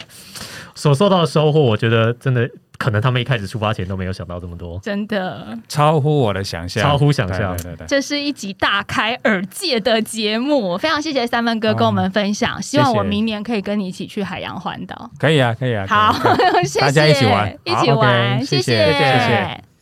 Speaker 3: 所受到的收获，我觉得真的可能他们一开始出发前都没有想到这么多。
Speaker 2: 真的。
Speaker 1: 超乎我的想象，
Speaker 3: 超乎想象
Speaker 1: 对对对对
Speaker 2: 这是一集大开耳界的节目，非常谢谢三分哥跟我们分享，希望
Speaker 1: 谢谢
Speaker 2: 我明年可以跟你一起去海洋环岛。
Speaker 1: 可以啊，可以啊。可以啊
Speaker 2: [laughs] 好，谢谢，
Speaker 1: 大家一起玩
Speaker 2: 一起
Speaker 1: 好，OK，
Speaker 2: 玩，
Speaker 1: 谢谢
Speaker 2: 谢
Speaker 1: 谢谢